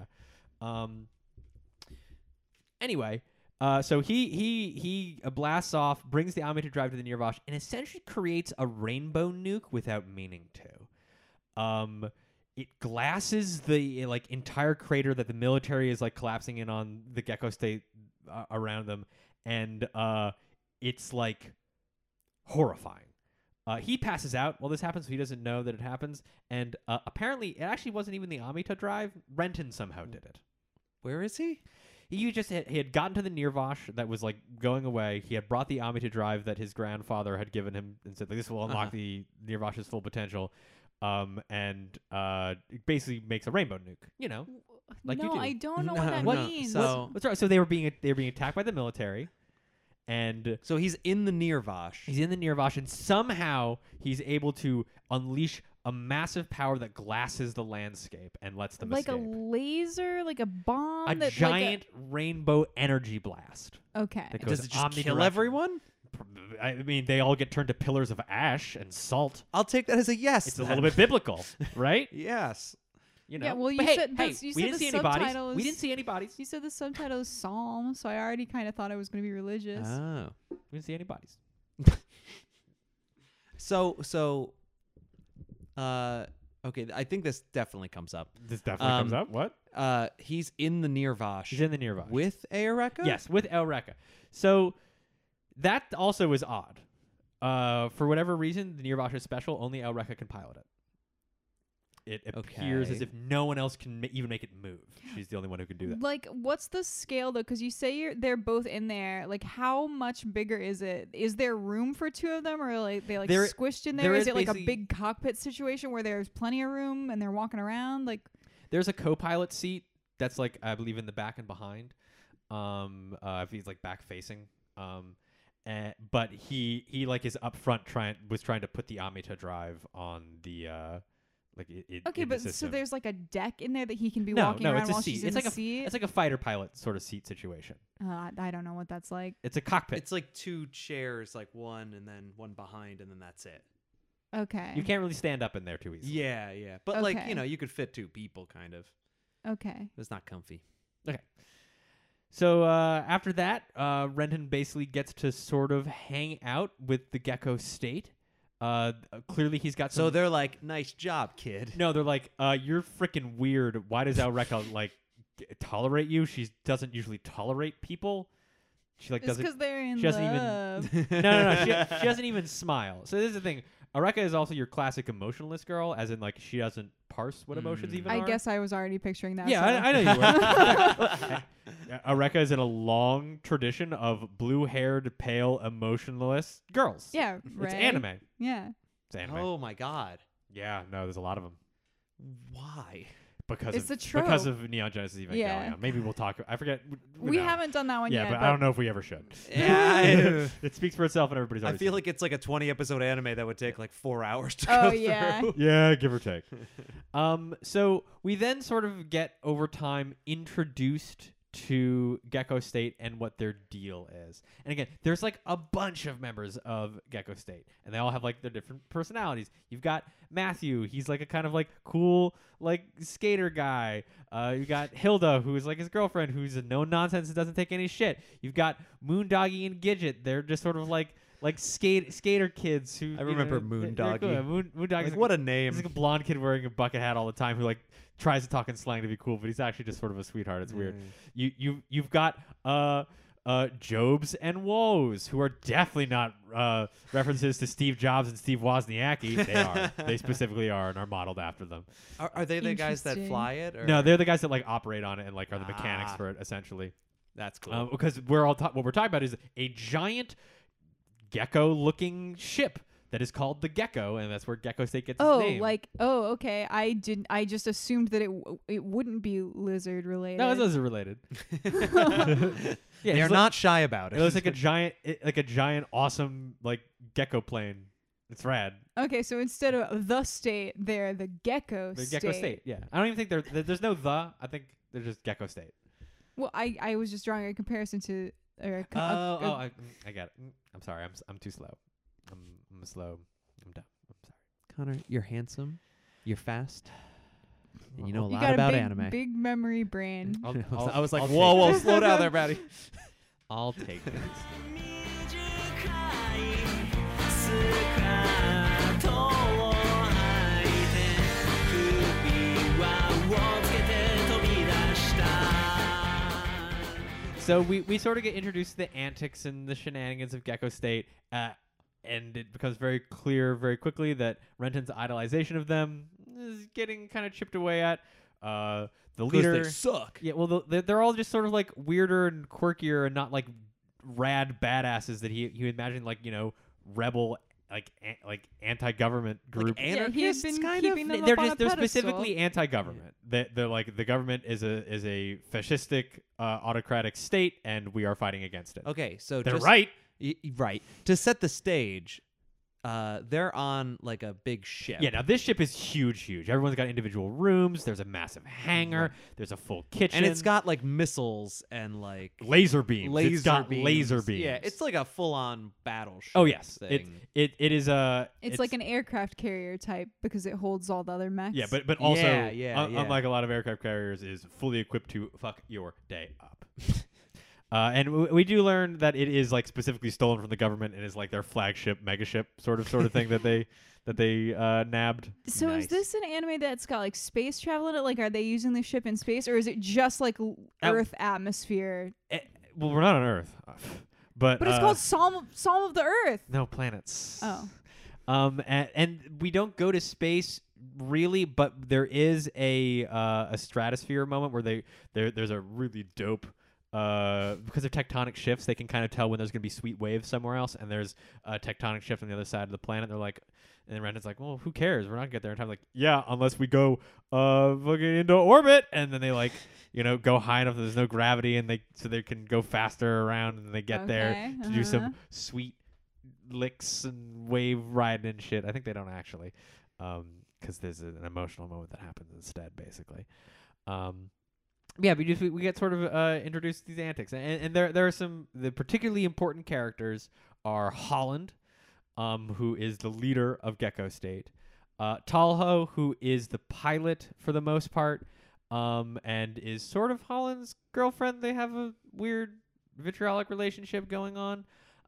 Um. Anyway, uh, so he he he uh, blasts off, brings the Amity drive to the Nirvash, and essentially creates a rainbow nuke without meaning to. Um. It glasses the like entire crater that the military is like collapsing in on the Gecko State uh, around them, and uh, it's like horrifying. Uh, he passes out while this happens, so he doesn't know that it happens. And uh, apparently, it actually wasn't even the Amita drive. Renton somehow did it. Where is he? He just had, he had gotten to the Nirvash that was like going away. He had brought the Amita drive that his grandfather had given him and said, like, "This will unlock Uh-huh. the Nirvash's full potential." Um, and uh, it basically makes a rainbow nuke. You know, like you no, do. I don't know what No, that no, means. so- that's right. So they were being they were being attacked by the military, and So he's in the Nirvash. He's in the Nirvash, and somehow he's able to unleash a massive power that glasses the landscape and lets them like escape. a laser, like a bomb, A that, like, giant rainbow energy blast. okay. that goes Does it just kill omnidirectional. everyone? I mean, they all get turned to pillars of ash and salt. I'll take that as a yes. It's a then. little bit biblical, right? Yes. You know. Yeah, well, you But hey, said- hey, that's- you we said didn't the see any bodies. subtitle We is- didn't see any bodies. You said the subtitle is Psalm, so I already kind of thought I was going to be religious. Ah, Oh. We didn't see any bodies. So so. Uh, okay. th- I think this definitely comes up. This definitely comes Um, up. What? Uh, he's in the Nirvash She's in the Nirvash. with Eureka. Yes, with El Reka. So that also was odd. Uh, for whatever reason, the Nirvash is special. Only El Reka can pilot it. It appears as Okay. if no one else can ma- even make it move. She's the only one who can do that. Like, what's the scale though? Because you say you're, they're both in there. Like, how much bigger is it? Is there room for two of them, or are like they like There- squished in there there? Is is it like a basically- big cockpit situation where there's plenty of room and they're walking around? Like, There's a co-pilot seat that's like I believe in the back and behind. Um, uh, if he's like back facing. Um, and, but he he like is up front trying was trying to put the Amita drive on the uh like it, it okay, in the but so system. there's like a deck in there that he can be No, walking no, around it's a while seat. she's It's in like the a- seat. it's like a fighter pilot sort of seat situation. uh, I don't know what that's like. It's a cockpit. It's like two chairs, like one and then one behind, and then that's it. Okay. you can't really stand up in there too easily. Yeah, yeah. But like Okay. you know, you could fit two people, kind of. Okay. It's not comfy. So uh, after that, uh, Renton basically gets to sort of hang out with the Gecko State. Uh, th- clearly, he's got some. So they're like, "Nice job, kid." no, they're like, uh, "You're freaking weird. Why does Alreka like g- tolerate you? She doesn't usually tolerate people. She like It's doesn't because they're in she doesn't even- love. no, no, no. She, she doesn't even smile. So this is the thing. Areka is also your classic emotionless girl, as in like she doesn't parse what emotions Mm. even. I are. guess I was already picturing that. Yeah, so- I, I know you were. Areka is in a long tradition of blue-haired, pale, emotionless girls. Yeah, right. it's anime. Yeah. It's anime. Oh my god. Yeah, no, there's a lot of them Why? because It's of a trope. because of Neon Genesis Evangelion. Yeah. Maybe we'll talk. I forget. w- We, no. haven't done that one Yeah, yet. but, I don't know if we ever should. Yeah, it speaks for itself, and everybody's. I already feel seen it. like it's like a 20 episode anime that would take like four hours to Oh, go yeah. through. yeah, give or take. um, so we then sort of get over time introduced to Gecko State and what their deal is. And again, there's like a bunch of members of Gecko State, and they all have like their different personalities. You've got Matthew, he's like a kind of like cool like skater guy. Uh, you got Hilda, who's like his girlfriend, who's a no nonsense and doesn't take any shit. You've got Moondoggy and Gidget. They're just sort of like like skate skater kids who I remember you know, they're- Moondoggy. they're cool. Moon, Moondoggy's Like, like what a He's name. like a blonde kid wearing a bucket hat all the time who like tries to talk in slang to be cool, but he's actually just sort of a sweetheart. It's Mm. weird. You you you've got uh uh Jobs and Woes, who are definitely not uh references to Steve Jobs and Steve Wozniacki. They are. they specifically are and are modeled after them. Are, are they the guys that Interesting. fly it? Or? No, they're the guys that like operate on it and like are the mechanics Ah. for it essentially. that's cool. Um, because we're all ta- what we're talking about is a giant gecko-looking ship that is called the Gecko, and that's where Gecko State gets Oh, its name. like oh, okay. I didn't. I just assumed that it w- it wouldn't be lizard related. no, those are related. Yeah, they're it's like- not shy about it. It looks like a giant, it, like a giant, awesome, like gecko plane. It's rad. okay, so instead of the state, they're the gecko The Oh, state. gecko state. Yeah, I don't even think there, there- There's no the. I think they're just gecko state. Well, I I was just drawing a comparison to or a, co- Oh, a- oh, a- I, I got it. Mm, I'm sorry. I'm, s- I'm too slow. I'm, I'm slow. I'm dumb. I'm sorry. Connor, you're handsome, you're fast, and you Well, know a you lot got about a big, anime. big memory brain. I'll- I'll- I was like, I'll take whoa, whoa, it. slow down there, Maddie. I'll take this. 「スカートをはいて」「首輪をつけて飛び出した」 So we, we sort of get introduced to the antics and the shenanigans of Gecko State, uh, and it becomes very clear very quickly that Renton's idolization of them is getting kind of chipped away at. Uh, the leader suck. Yeah, well, the- they're, they're all just sort of like weirder and quirkier and not like rad badasses that he he imagined like you know rebel like an, like anti government group. yeah, he had anarchists, been kind of. keeping them they're up on a just they're pedestal. specifically anti government. They They're like the government is a is a fascistic uh, autocratic state, and we are fighting against it. Okay, so They're just, right. y- y- right. To set the stage, uh, they're on like a big ship. Yeah. Now this ship is huge, huge. Everyone's got individual rooms. There's a massive hangar. There's a full kitchen. and it's got like missiles and like laser beams. it's got laser beams. Yeah, it's like a full-on battleship. Oh yes, it, thing. it it is a. It's, like an aircraft carrier type because it holds all the other mechs. Yeah, but but also, Yeah, yeah, un- yeah. unlike a lot of aircraft carriers, is fully equipped to fuck your day up. uh, and w- we do learn that it is like specifically stolen from the government and is like their flagship megaship sort of sort of thing that they that they uh, nabbed. so Nice. is this an anime that's got like space travel in it? Like, are they using the ship in space, or is it just like l- At- Earth atmosphere? Eh, well, we're not on Earth, uh, but But it's uh, called Psalm Psalm of the Earth. no planets. Oh. Um, and, and we don't go to space really, but there is a uh, a stratosphere moment where they there there's a really dope uh because of tectonic shifts they can kind of tell when there's gonna be sweet waves somewhere else and there's a tectonic shift on the other side of the planet they're like and then Renton's like well who cares we're not gonna get there in time like yeah unless we go uh fucking into orbit and then they like you know go high enough that there's no gravity and they so they can go faster around and they get there Okay, to do uh-huh. some sweet licks and wave riding and shit. I think they don't actually, because there's an emotional moment that happens instead, basically. Um, yeah, we just we, we get sort of uh, introduced to these antics, and, and there there are some the particularly important characters are Holland, um, who is the leader of Gecko State, uh, Talho, who is the pilot for the most part, um, and is sort of Holland's girlfriend. They have a weird vitriolic relationship going on.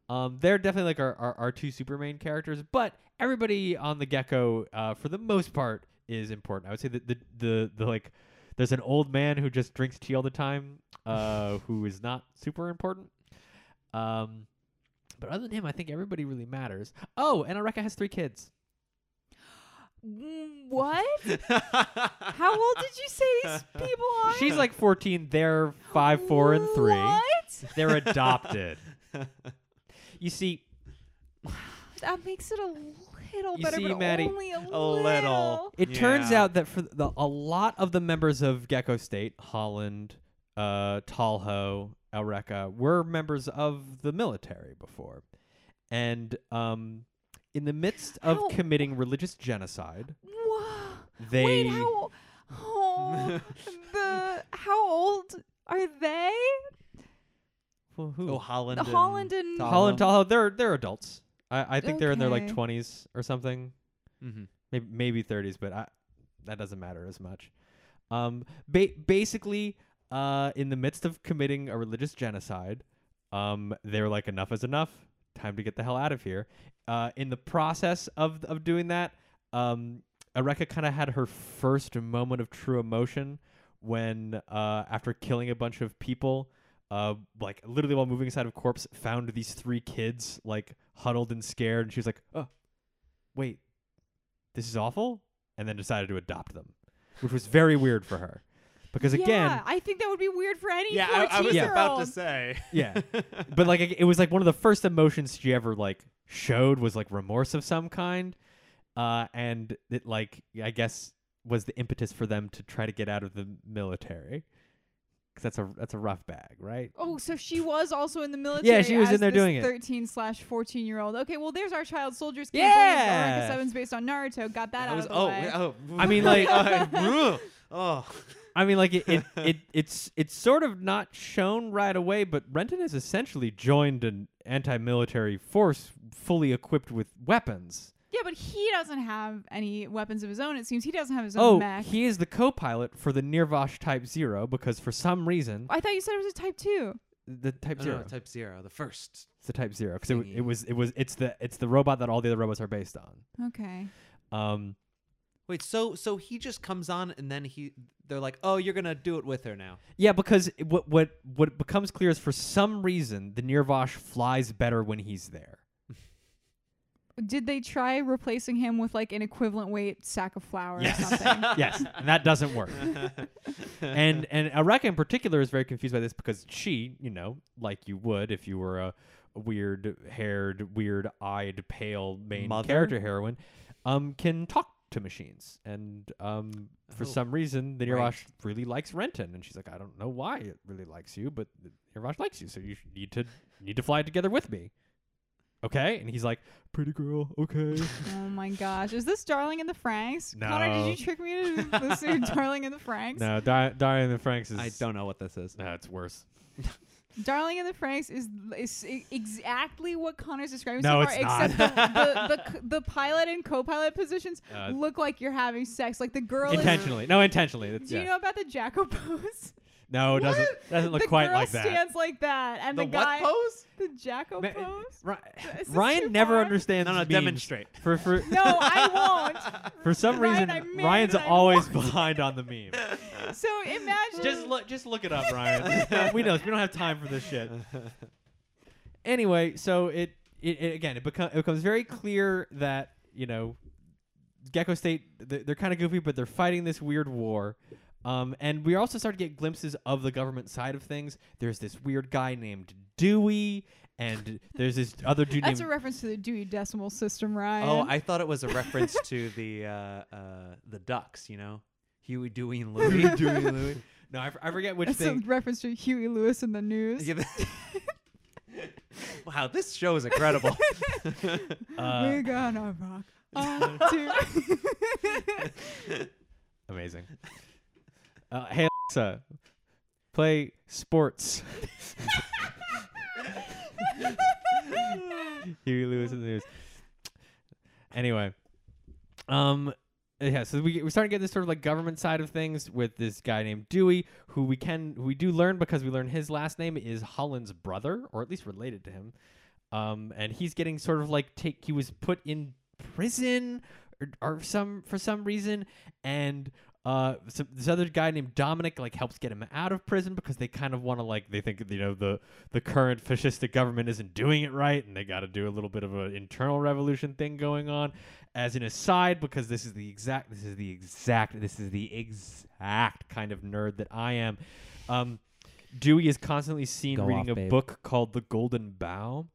Um, they're definitely like our, our, our two super main characters, but everybody on the gecko, uh, for the most part, is important. I would say that the, the, the like, there's an old man who just drinks tea all the time, uh, who is not super important. Um, but other than him, I think everybody really matters. Oh, and Areka has three kids. Mm, What? How old did you say these people are? She's like 14. They're five, four, and three. What? They're adopted. you see, That makes it a little You better, see, but Maddie, only a, a little. It turns Yeah. out that for the, a lot of the members of Gecko State, Holland, uh, Talho, Elreka, were members of the military before. And um, in the midst of How- committing religious genocide, Whoa. they. Wait, how? Oh, the how old are they? Toho? Who? Oh, Holland. The Holland and Tahoe. Holland Toho. They're they're adults. I, I think they're in their like Okay. twenties or something, Mm-hmm. maybe maybe thirties, but I, that doesn't matter as much. Um, ba- basically, uh, in the midst of committing a religious genocide, um, they're like, enough is enough. Time to get the hell out of here. Uh, in the process of of doing that, um, Eureka kind of had her first moment of true emotion when, uh, after killing a bunch of people, uh, like literally while moving inside of corpse, found these three kids like huddled and scared, and she was like, "Oh, wait, this is awful," and then decided to adopt them, which was very weird for her, because again, yeah, I think that would be weird for any Yeah, I, 14 I was year about old. to say. yeah, but like it was like one of the first emotions she ever like showed was like remorse of some kind uh and it like i guess was the impetus for them to try to get out of the military because that's a that's a rough bag right Oh, so she was also in the military. she was in as there this doing it. 13 slash 14 year old. Okay, well, there's our child soldiers. Yeah. Seven's based on Naruto. Got that, I out was, of the oh, way. oh, I mean, like- uh, oh, i mean like it it, it it's it's sort of not shown right away but renton has essentially joined an anti-military force fully equipped with weapons Yeah, but he doesn't have any weapons of his own. It seems he doesn't have his own oh mech. he is the co-pilot for the nirvash type zero because for some reason I thought you said it was a type two. the type No, no, zero no, type zero, the first. It's the Type Zero because it, w- Thingy. it was it was it's the it's the robot that all the other robots are based on. Okay. Um, Wait, so so he just comes on and then he they're like, oh, you're gonna do it with her now. yeah, because it- what what what becomes clear is for some reason the Nirvash flies better when he's there. Did they try replacing him with like an equivalent weight sack of flour or Yes. something? yes, and that doesn't work. and and Araka in particular is very confused by this because she, you know, like you would if you were a weird haired, weird eyed, pale main Mother? character heroine, um, can talk to machines. And um, for Oh, some reason, the Nirvash right. really likes Renton, and she's like, I don't know why it really likes you, but the Nirvash likes you, so you sh- need to need to fly together with me. Okay, and he's like, "Pretty girl, okay." oh my gosh. Is this Darling in the Franks? Connor, No. did you trick me to this to Darling in the Franks? no, Di- Diane and the Franks is. I don't know what this is. No, it's worse. Darling in the Franks is is e- exactly what Connor's describing No, so far, it's not. except the, the, the, c- the pilot and co-pilot positions Uh, look like you're having sex. Like the girl is. Intentionally, no, intentionally. That's, Do you yeah. know about the Jacko pose? No, it doesn't What? doesn't look the quite girl like that. stands like that, and the, the guy what pose? the Jacko Ma- pose. Ri- Is this too Ryan never far? understands. No, no, memes. demonstrate. For for No, I for some Ryan, I reason, mean Ryan's that I always won't. behind on the meme. won't. So imagine. just look, just look it up, Ryan. we know this. we don't have time for this shit. Anyway, so it it, it again it, become, it becomes very clear that you know Gecko State they're, they're kind of goofy, but they're fighting this weird war. Um, and we also start to get glimpses of the government side of things. There's this weird guy named Dewey, and there's this other dude That's a named reference to the Dewey Decimal System, Ryan. Oh, I thought it was a reference to the uh, uh, the ducks. You know, Huey, Dewey, and Louie. Dewey Louie. No, I, f- I forget which That's a thing. reference to Huey Lewis in the news. Yeah, that- wow, this show is incredible. Uh, We're gonna rock. on to- amazing. Uh, hey Alexa, play sports. Huey Lewis in the news. Anyway, um, yeah. So we we started getting this sort of like government side of things with this guy named Dewey, who we can who we do learn because we learn his last name is Holland's brother, or at least related to him. Um, and he's getting sort of like take. He was put in prison or, or some for some reason, and uh, so this other guy named Dominic like helps get him out of prison because they kind of want to like they think you know the the current fascistic government isn't doing it right, and they got to do a little bit of an internal revolution thing going on. As an aside, because this is the exact, this is the exact, this is the exact kind of nerd that I am. Um, Dewey is constantly seen Go reading off, a babe. book called The Golden Bough,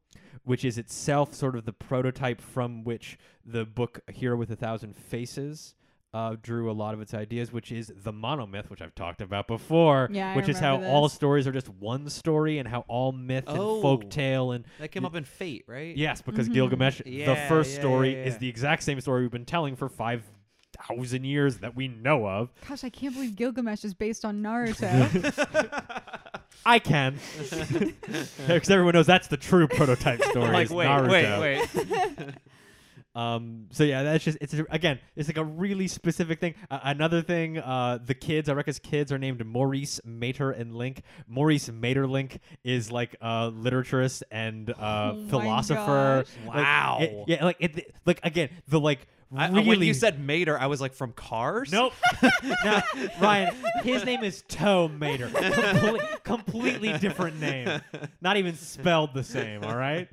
which is itself sort of the prototype from which the book Hero with a Thousand Faces uh, drew a lot of its ideas, which is the monomyth, which I've talked about before, Yeah, I which is how remember all this. stories are just one story and how all myth Oh. and folktale and that came up in Fate, right? yes, because Mhm. Gilgamesh, the Yeah, first yeah, yeah, story, yeah, is yeah. the exact same story we've been telling for five thousand years that we know of. Gosh, I can't believe Gilgamesh is based on Naruto. I can. Because everyone knows that's the true prototype story. like is wait, Naruto. wait, wait. Um, so yeah, that's just it's a, again, it's like a really specific thing. Uh, another thing, uh, the kids, Eureka's kids are named Maurice, Mater, and Link. Maurice Materlink is like a literaturist and uh, my philosopher. Like, Wow. it- yeah, like it, like again, the like I, I- really when you said Mater, I was like, from Cars? Nope. no, Ryan, his name is Toe Mater. Comple- completely different name. Not even spelled the same, all right?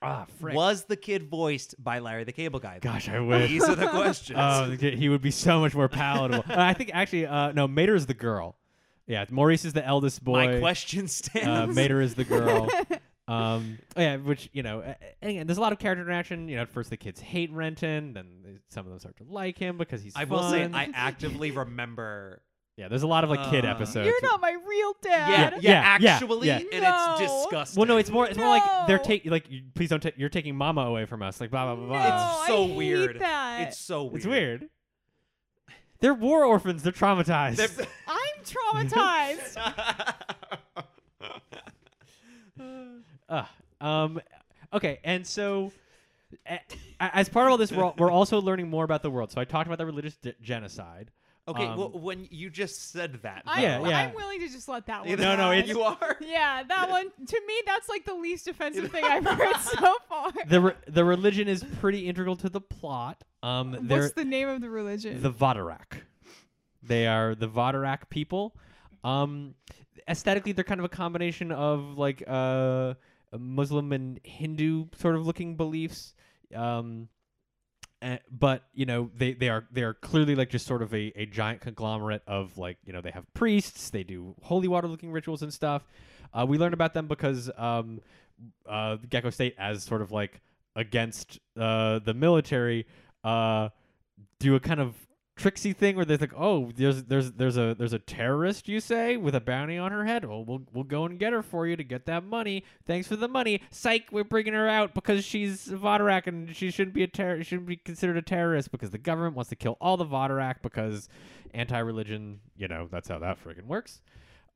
Ah, frick. Was the kid voiced by Larry the Cable Guy? though? Gosh, I wish. These are the questions. Oh, okay, he would be so much more palatable. Uh, I think actually, uh, no, Mater is the girl. Yeah, Maurice is the eldest boy. My question Uh, stands. Mater is the girl. Um, oh, yeah, which you know, uh, again, there's a lot of character interaction. You know, at first the kids hate Renton, then they- some of them start to like him because he's. I will say, fun. I actively remember. Yeah, there's a lot of like kid Uh, episodes. You're not my real Yeah, dad. yeah, yeah, yeah, actually, yeah. and No. it's disgusting. Well, no, it's more. It's more like they're No. taking like, you- please don't. take you're taking Mama away from us. Like blah blah blah. No, blah. It's so Oh, I hate weird. That. it's so weird. It's weird. They're war orphans. They're traumatized. They're- I'm traumatized. Ugh. um, okay, and so a- a- as part of all this, we're, al- we're also learning more about the world. So I talked about the religious d- genocide. okay, Um, well, when you just said that, I'm, Yeah, though, yeah. I'm willing to just let that one. Either- No, no, slide. it's- you are. Yeah, that one to me that's like the least offensive thing I've heard so far. the re- the religion is pretty integral to the plot. Um, they're What's the name of the religion? the Vodarak. They are the Vodarak people. Um, aesthetically, they're kind of a combination of like uh, Muslim and Hindu sort of looking beliefs. Um, eh, but you know they, they are they are clearly like just sort of a, a giant conglomerate of like you know they have priests they do holy water looking rituals and stuff. Uh, we learn about them because um, uh, Gecko State as sort of like against uh, the military uh, do a kind of tricksy thing where they're like, "Oh, there's there's there's a there's a terrorist, you say, with a bounty on her head. Well, we'll we'll go and get her for you to get that money. Thanks for the money. Psych, we're bringing her out because she's Vodarak and she shouldn't be a terror shouldn't be considered a terrorist because the government wants to kill all the Vodarak because anti-religion. You know, that's how that friggin' works.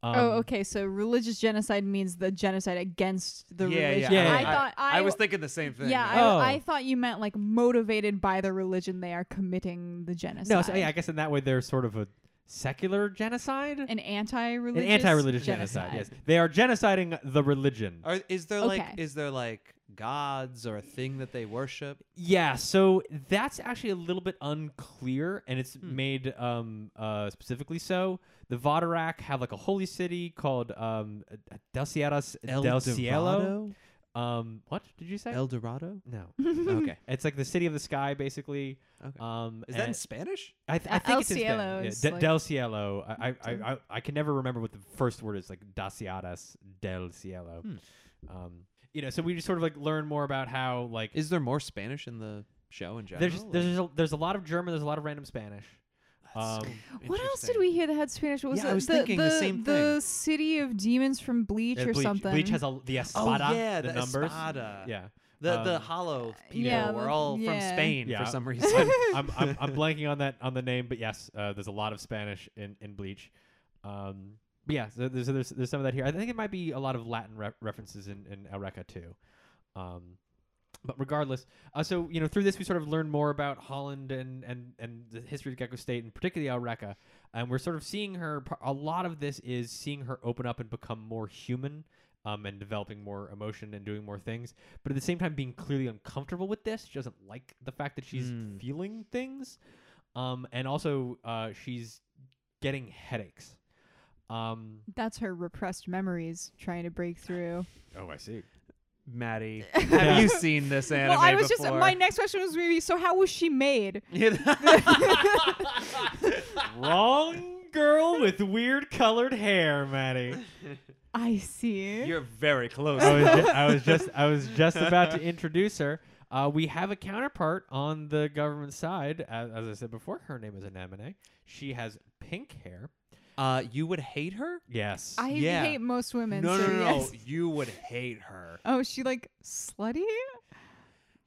Um, oh, okay. So religious genocide means the genocide against the yeah, yeah, religion. Yeah, I yeah. thought I, I was thinking the same thing. Yeah, Oh. I, I thought you meant like motivated by the religion they are committing the genocide. No, so yeah, I guess in that way they're sort of a secular genocide. an An anti-religious anti-religious genocide. Yes, they are genociding the religion. Are, is there Okay. like is there like gods or a thing that they worship? Yeah, so that's actually a little bit unclear, and it's Hmm. made um, uh, specifically so. The Vodarak have like a holy city called um, Del Cielos del Cielo. Um, what did you say? El Dorado. no, okay. it's like the city of the sky, basically. Okay. Um, Is that in and- Spanish? I, th- I El- think El it's in Spanish. Cielo Yeah, is de- like- Del Cielo. I, I, I, Del- I, I can never remember what the first word is, like Daciadas Del Cielo. Hmm. Um, you know, so we just sort of like learn more about how like Is there more Spanish in the show in general? there's just, there's a, there's a lot of German, there's a lot of random Spanish. Um, What else did we hear that had Spanish? What was Yeah, I it? was thinking the same The city of demons from Bleach Yeah, or something. uh, Bleach has a, the Oh espada, yeah, the, the, numbers. Espada. Yeah, The the Um, hollow people yeah, were the- all from yeah. Spain Yeah. for some reason. I'm, I'm, I'm blanking on that on the name, but yes, uh, there's a lot of Spanish in in Bleach. Um, but yeah, so there's, there's there's some of that here. I think it might be a lot of Latin re- references in in Eureka too. Um, but regardless, uh, so you know through this we sort of learn more about Holland and and and the history of Gecko State and particularly Eureka, and we're sort of seeing her. par- A lot of this is seeing her open up and become more human. Um, and developing more emotion and doing more things, but at the same time being clearly uncomfortable with this. She doesn't like the fact that she's Mm. feeling things, um, and also uh, she's getting headaches. Um, That's her repressed memories trying to break through. oh, I see. Maddie, Yeah. have you seen this anime well, I was before? just my next question was really so how was she made? Wrong girl with weird colored hair, Maddie. I see. You're very close. I was, ju- I was just I was just about to introduce her. Uh, we have a counterpart on the government side, as, as I said before. Her name is Anemone. She has pink hair. Uh, you would hate her? Yes. I Yeah. hate most women. no, so no, no, yes. no. You would hate her. Oh, she like slutty?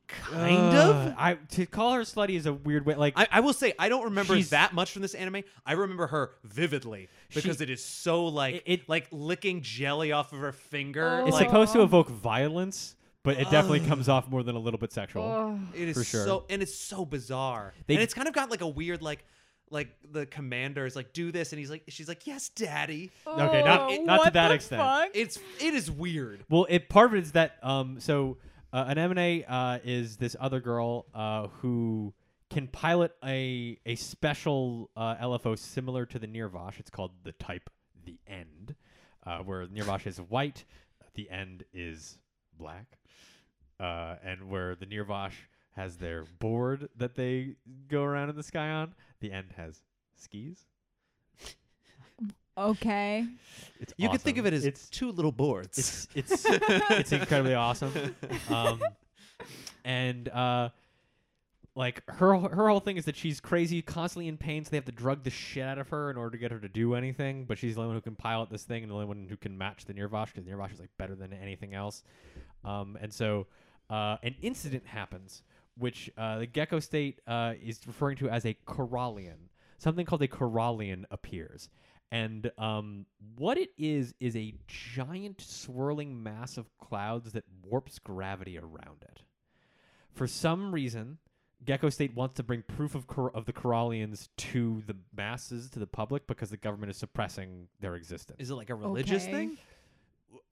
Kind Ugh, of. I to call her slutty is a weird way. Like I, I will say I don't remember She's- that much from this anime. I remember her vividly because She- it is so like It- it- like licking jelly off of her finger. Oh. it's like, supposed to Aw. evoke violence, but it definitely comes off more than a little bit sexual. Oh, It is For sure. so, and it's so bizarre. They- and it's kind of got like a weird, like, like the commander is like, "Do this," and he's like, "She's like, yes, daddy." Okay, not- Oh, not to what that the extent. fuck? It's it is weird. Well, it part of it is that um, so uh, Anemone uh, is this other girl uh, who can pilot a a special uh, LFO similar to the Nirvash. It's called the Type the End, uh, where Nirvash is white, the End is black, uh, and where the Nirvash has their board that they go around in the sky on, the End has skis. Okay. It's You could think awesome. of it as it's two little boards. it's it's it's incredibly awesome. Um, and uh, like her her whole thing is that she's crazy, constantly in pain, so they have to drug the shit out of her in order to get her to do anything. But she's the only one who can pilot this thing, and the only one who can match the Nirvash because Nirvash is like better than anything else. Um, and so uh, an incident happens, which uh, the Gecko State uh, is referring to as a Corallian. Something called a Corallian appears. And um, what it is, is a giant swirling mass of clouds that warps gravity around it. For some reason, Gecko State wants to bring proof of, Cor- of the Corallians to the masses, to the public, because the government is suppressing their existence is it like a religious Okay. thing?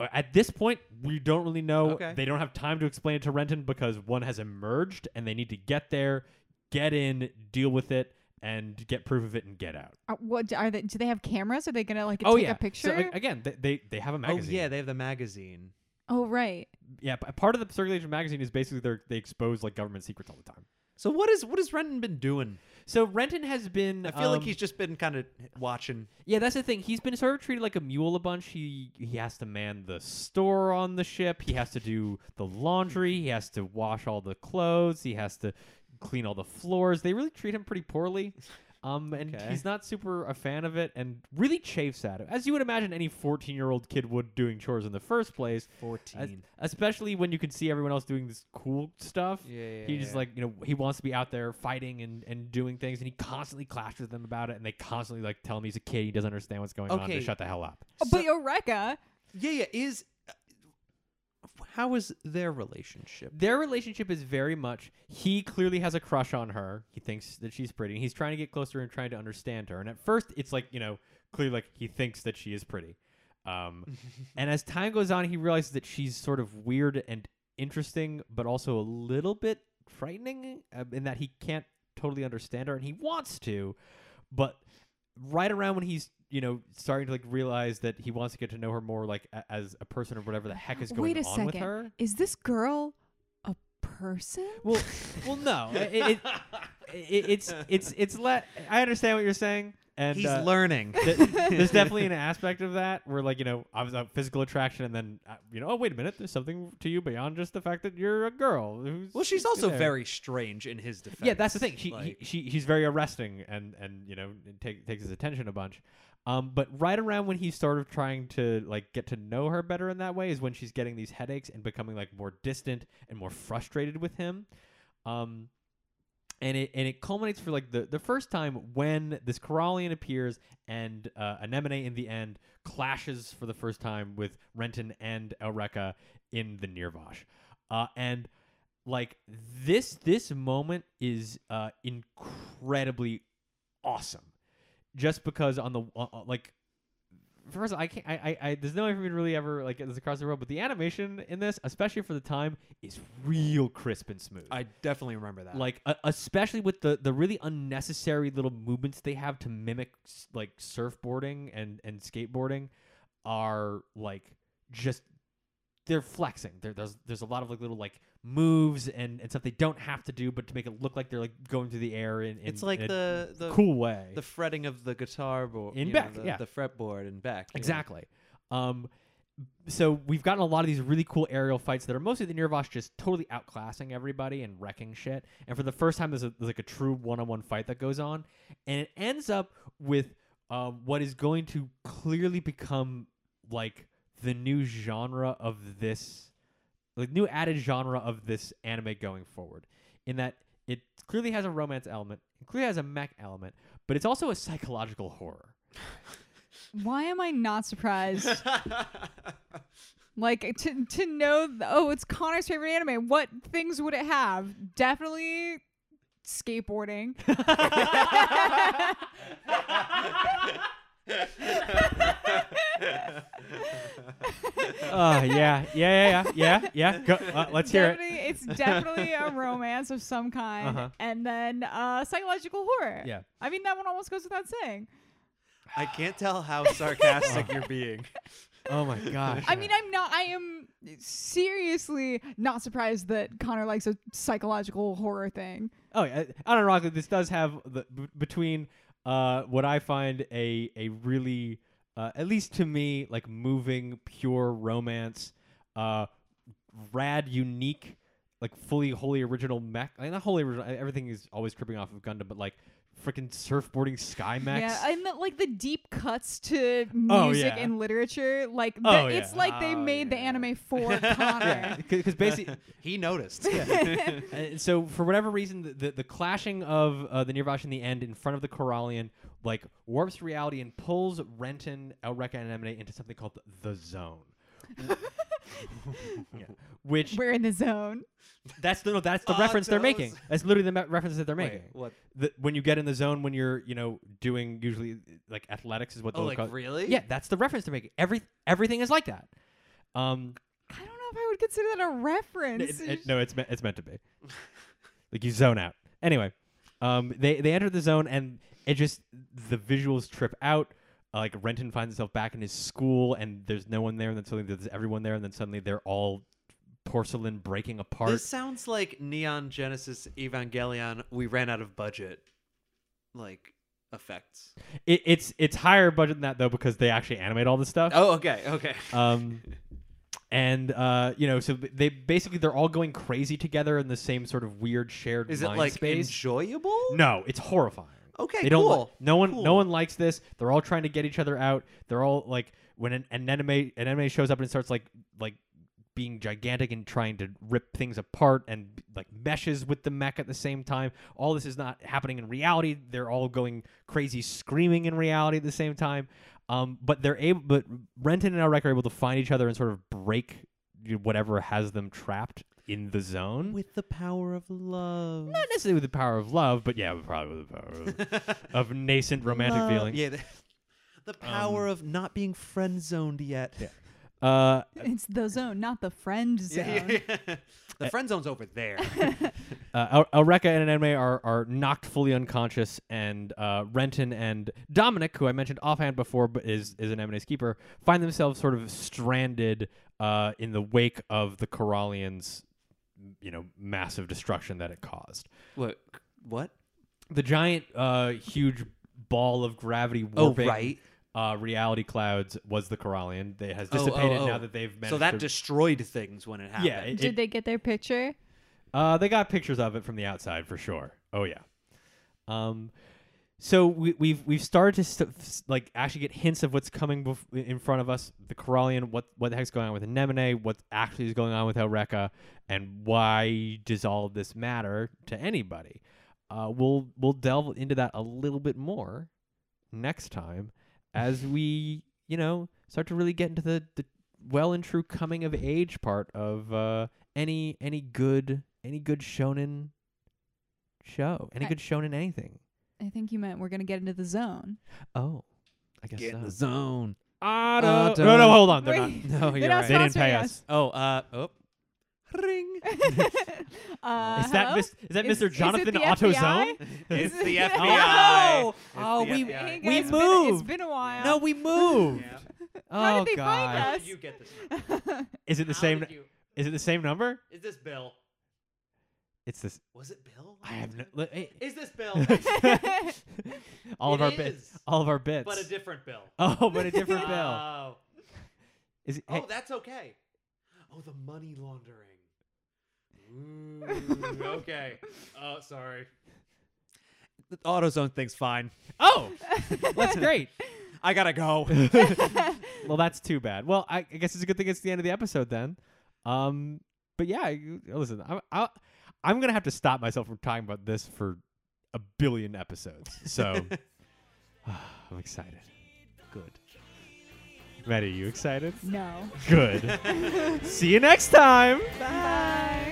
uh, at this point, we don't really know. Okay. They don't have time to explain it to Renton because one has emerged and they need to get there, get in, deal with it, and get proof of it and get out. Uh, what are they? Do they have cameras? Are they gonna like oh, take yeah. a picture? So, a- again, they, they, they have a magazine. Oh yeah, they have the magazine. oh right. yeah, p- part of the circulation magazine is basically they they expose like government secrets all the time. So what is what has Renton been doing? So Renton has been. I feel like um, he's just been kind of watching. Yeah, that's the thing. He's been sort of treated like a mule a bunch. He he has to man the store on the ship. He has to do the laundry. He has to wash all the clothes. He has to clean all the floors. They really treat him pretty poorly. Um, and Okay. he's not super a fan of it, and really chafes at it, as you would imagine any fourteen-year-old kid would doing chores in the first place. es- Fourteen. especially when you could see everyone else doing this cool stuff. yeah, He just like you know he wants to be out there fighting and, and doing things, and he constantly clashes with them about it, and they constantly like tell him he's a kid, he doesn't understand what's going on, Okay. to shut the hell up. Oh, but Eureka. yeah, yeah. Is uh, how is their relationship? Their relationship is very much he clearly has a crush on her. He thinks that she's pretty, and he's trying to get closer and trying to understand her. And at first, it's like you know clearly like he thinks that she is pretty. Um, and as time goes on, he realizes that she's sort of weird and interesting, but also a little bit frightening uh, in that he can't totally understand her, and he wants to, but right around when he's you know starting to like realize that he wants to get to know her more like a- as a person or whatever the heck is going Wait a on second. with her Is this girl a person? well well no it, it, it, it's it's it's let i understand what you're saying and he's uh, learning. th- there's definitely an aspect of that where like you know i was a physical attraction and then uh, you know oh wait a minute there's something to you beyond just the fact that you're a girl who's Well, she's also there. very strange in his defense. yeah that's the thing she, Like- he, she she's very arresting and and you know it take, takes his attention a bunch um but right around when he's sort of trying to like get to know her better in that way is when she's getting these headaches and becoming like more distant and more frustrated with him um and it and it culminates for like the the first time when this Corallian appears and uh, Anemone in the end clashes for the first time with Renton and Elreka in the Nirvash, uh, and like this this moment is uh, incredibly awesome, just because on the uh, uh, like. First, of all, I can't. I, I, I. There's no way for me to really ever like get this across the world, but the animation in this, especially for the time, is real crisp and smooth. I definitely remember that. Like uh, especially with the the really unnecessary little movements they have to mimic s- like surfboarding and and skateboarding are like just they're flexing. There, there's there's a lot of like little like moves and, and stuff they don't have to do, but to make it look like they're like going through the air in, in it's like in a the the cool way. the fretting of the guitar board In you know, Beck, the, yeah. the fretboard and back. Exactly. Um, so we've gotten a lot of these really cool aerial fights that are mostly the Nirvash just totally outclassing everybody and wrecking shit. And for the first time, there's, a, there's like a true one-on-one fight that goes on, and it ends up with uh, what is going to clearly become like the new genre of this like new added genre of this anime going forward in that it clearly has a romance element, it clearly has a mech element, but it's also a psychological horror. Why am I not surprised? like to to know th- oh it's Connor's favorite anime. What things would it have? Definitely skateboarding. Oh yeah, yeah, yeah, yeah, yeah, yeah. Go, uh, let's hear it. definitely, It's definitely a romance of some kind, Uh-huh. and then uh, psychological horror. Yeah. I mean that one almost goes without saying. I can't tell how sarcastic you're being. Oh my gosh. I mean, I'm not. I am seriously not surprised that Connor likes a psychological horror thing. Oh, yeah. unironically, this does have the b- between uh, what I find a a really uh, at least to me like moving pure romance, uh, rad, unique, like fully wholly original mech. Like not wholly original. e, Everything is always tripping off of Gundam, but like freaking surfboarding sky mechs. Yeah, and the, like the deep cuts to music Oh, yeah. and literature, like the, Oh, it's yeah. like they Oh, made the yeah. anime for Connor. because basically, He noticed. and so for whatever reason, the, the, the clashing of uh, the Nirvash in the end in front of the Corallian like warps reality and pulls Renton, Elreka, and Emine into something called the Zone. Yeah. Which We're in the zone. that's the no, that's the Ah, reference they're those. making. That's literally the me- reference that they're Wait, making. what? The- when you get in the zone, when you're you know doing usually like athletics is what Oh, they'll like call. really? Yeah, that's the reference they're making. Every everything is like that. Um, I don't know if I would consider that a No, reference. it- it- no, it's me- it's meant to be. like you zone out. Anyway, um, they they enter the zone and it just the visuals trip out. Uh, like Renton finds himself back in his school and there's no one there, and then suddenly there's everyone there, and then suddenly they're all porcelain breaking apart. This sounds like Neon Genesis Evangelion. We ran out of budget, like effects. It, it's it's higher budget than that though because they actually animate all this stuff. Oh, okay, okay. um and uh you know so b- they basically they're all going crazy together in the same sort of weird shared Is it mind like space enjoyable? no it's horrifying Okay, they don't li- cool. no one no Cool. one likes this they're all trying to get each other out they're all like when an, an anime an anime shows up and starts like like being gigantic and trying to rip things apart and like meshes with the mech at the same time all this is not happening in reality they're all going crazy screaming in reality at the same time um, but they're able but renton and elrek are able to find each other and sort of break you know, whatever has them trapped in the zone With the power of love. not necessarily with the power of love but yeah probably with the power of of nascent romantic Love. feelings. Um, Yeah, the, the power of not being friend zoned yet. Yeah. Uh, it's the zone, not the friend zone. the friend zone's over there. uh, El- Elreka and Anime are, are knocked fully unconscious, and uh, Renton and Dominic, who I mentioned offhand before, but is is an Emene's keeper, find themselves sort of stranded uh, in the wake of the Corallians, you know, massive destruction that it caused. what? What? The giant, uh, huge ball of gravity Oh, warping uh, reality clouds was the Corallian. They has Oh, oh, dissipated now oh. that they've managed So that to- destroyed things when it happened. yeah, it- Did it- they get their picture? Uh, they got pictures of it from the outside for sure. Oh yeah. Um, so we, we've we've started to st- s- like actually get hints of what's coming bef- in front of us. The Corallian, what what the heck's going on with Anemone? What actually is going on with Elreka, and why does all of this matter to anybody? Uh, we'll we'll delve into that a little bit more next time as we you know start to really get into the, the well and true coming of age part of uh, any any good any good shonen show any I- good shonen anything I think you meant we're gonna get into the zone. oh i guess Get in so. the zone. Auto- Auto- no no hold on they're not Wait. No, you're not right. they didn't pay sponsoring us, us. Oh, uh, oh. Ring. uh, is that hello? mis- is that Is- is mr it jonathan the autozone it's it- the Oh, FBI. It's oh, the we- FBI. Hey, We guys, it's been- moved. it's been a while. no we moved Yeah. oh How did they god find us? You get this. is it the How same did you- is it the same number Is this Bill? it's this Was it Bill? i have no li- hey. Is this Bill? all of It our bits is, all of our bits But a different Bill. oh but a different bill Oh. is it, Oh, hey, that's okay. Oh, the money laundering. Ooh, okay. Oh, sorry. The AutoZone thing's fine. oh that's great I gotta go. well, that's too bad. Well, I, I guess it's a good thing it's the end of the episode then. Um, but yeah, you- listen, I'm I'll, I'm gonna have to stop myself from talking about this for a billion episodes. So I'm excited. Good. Maddie, you excited? No. Good. See you next time. Bye.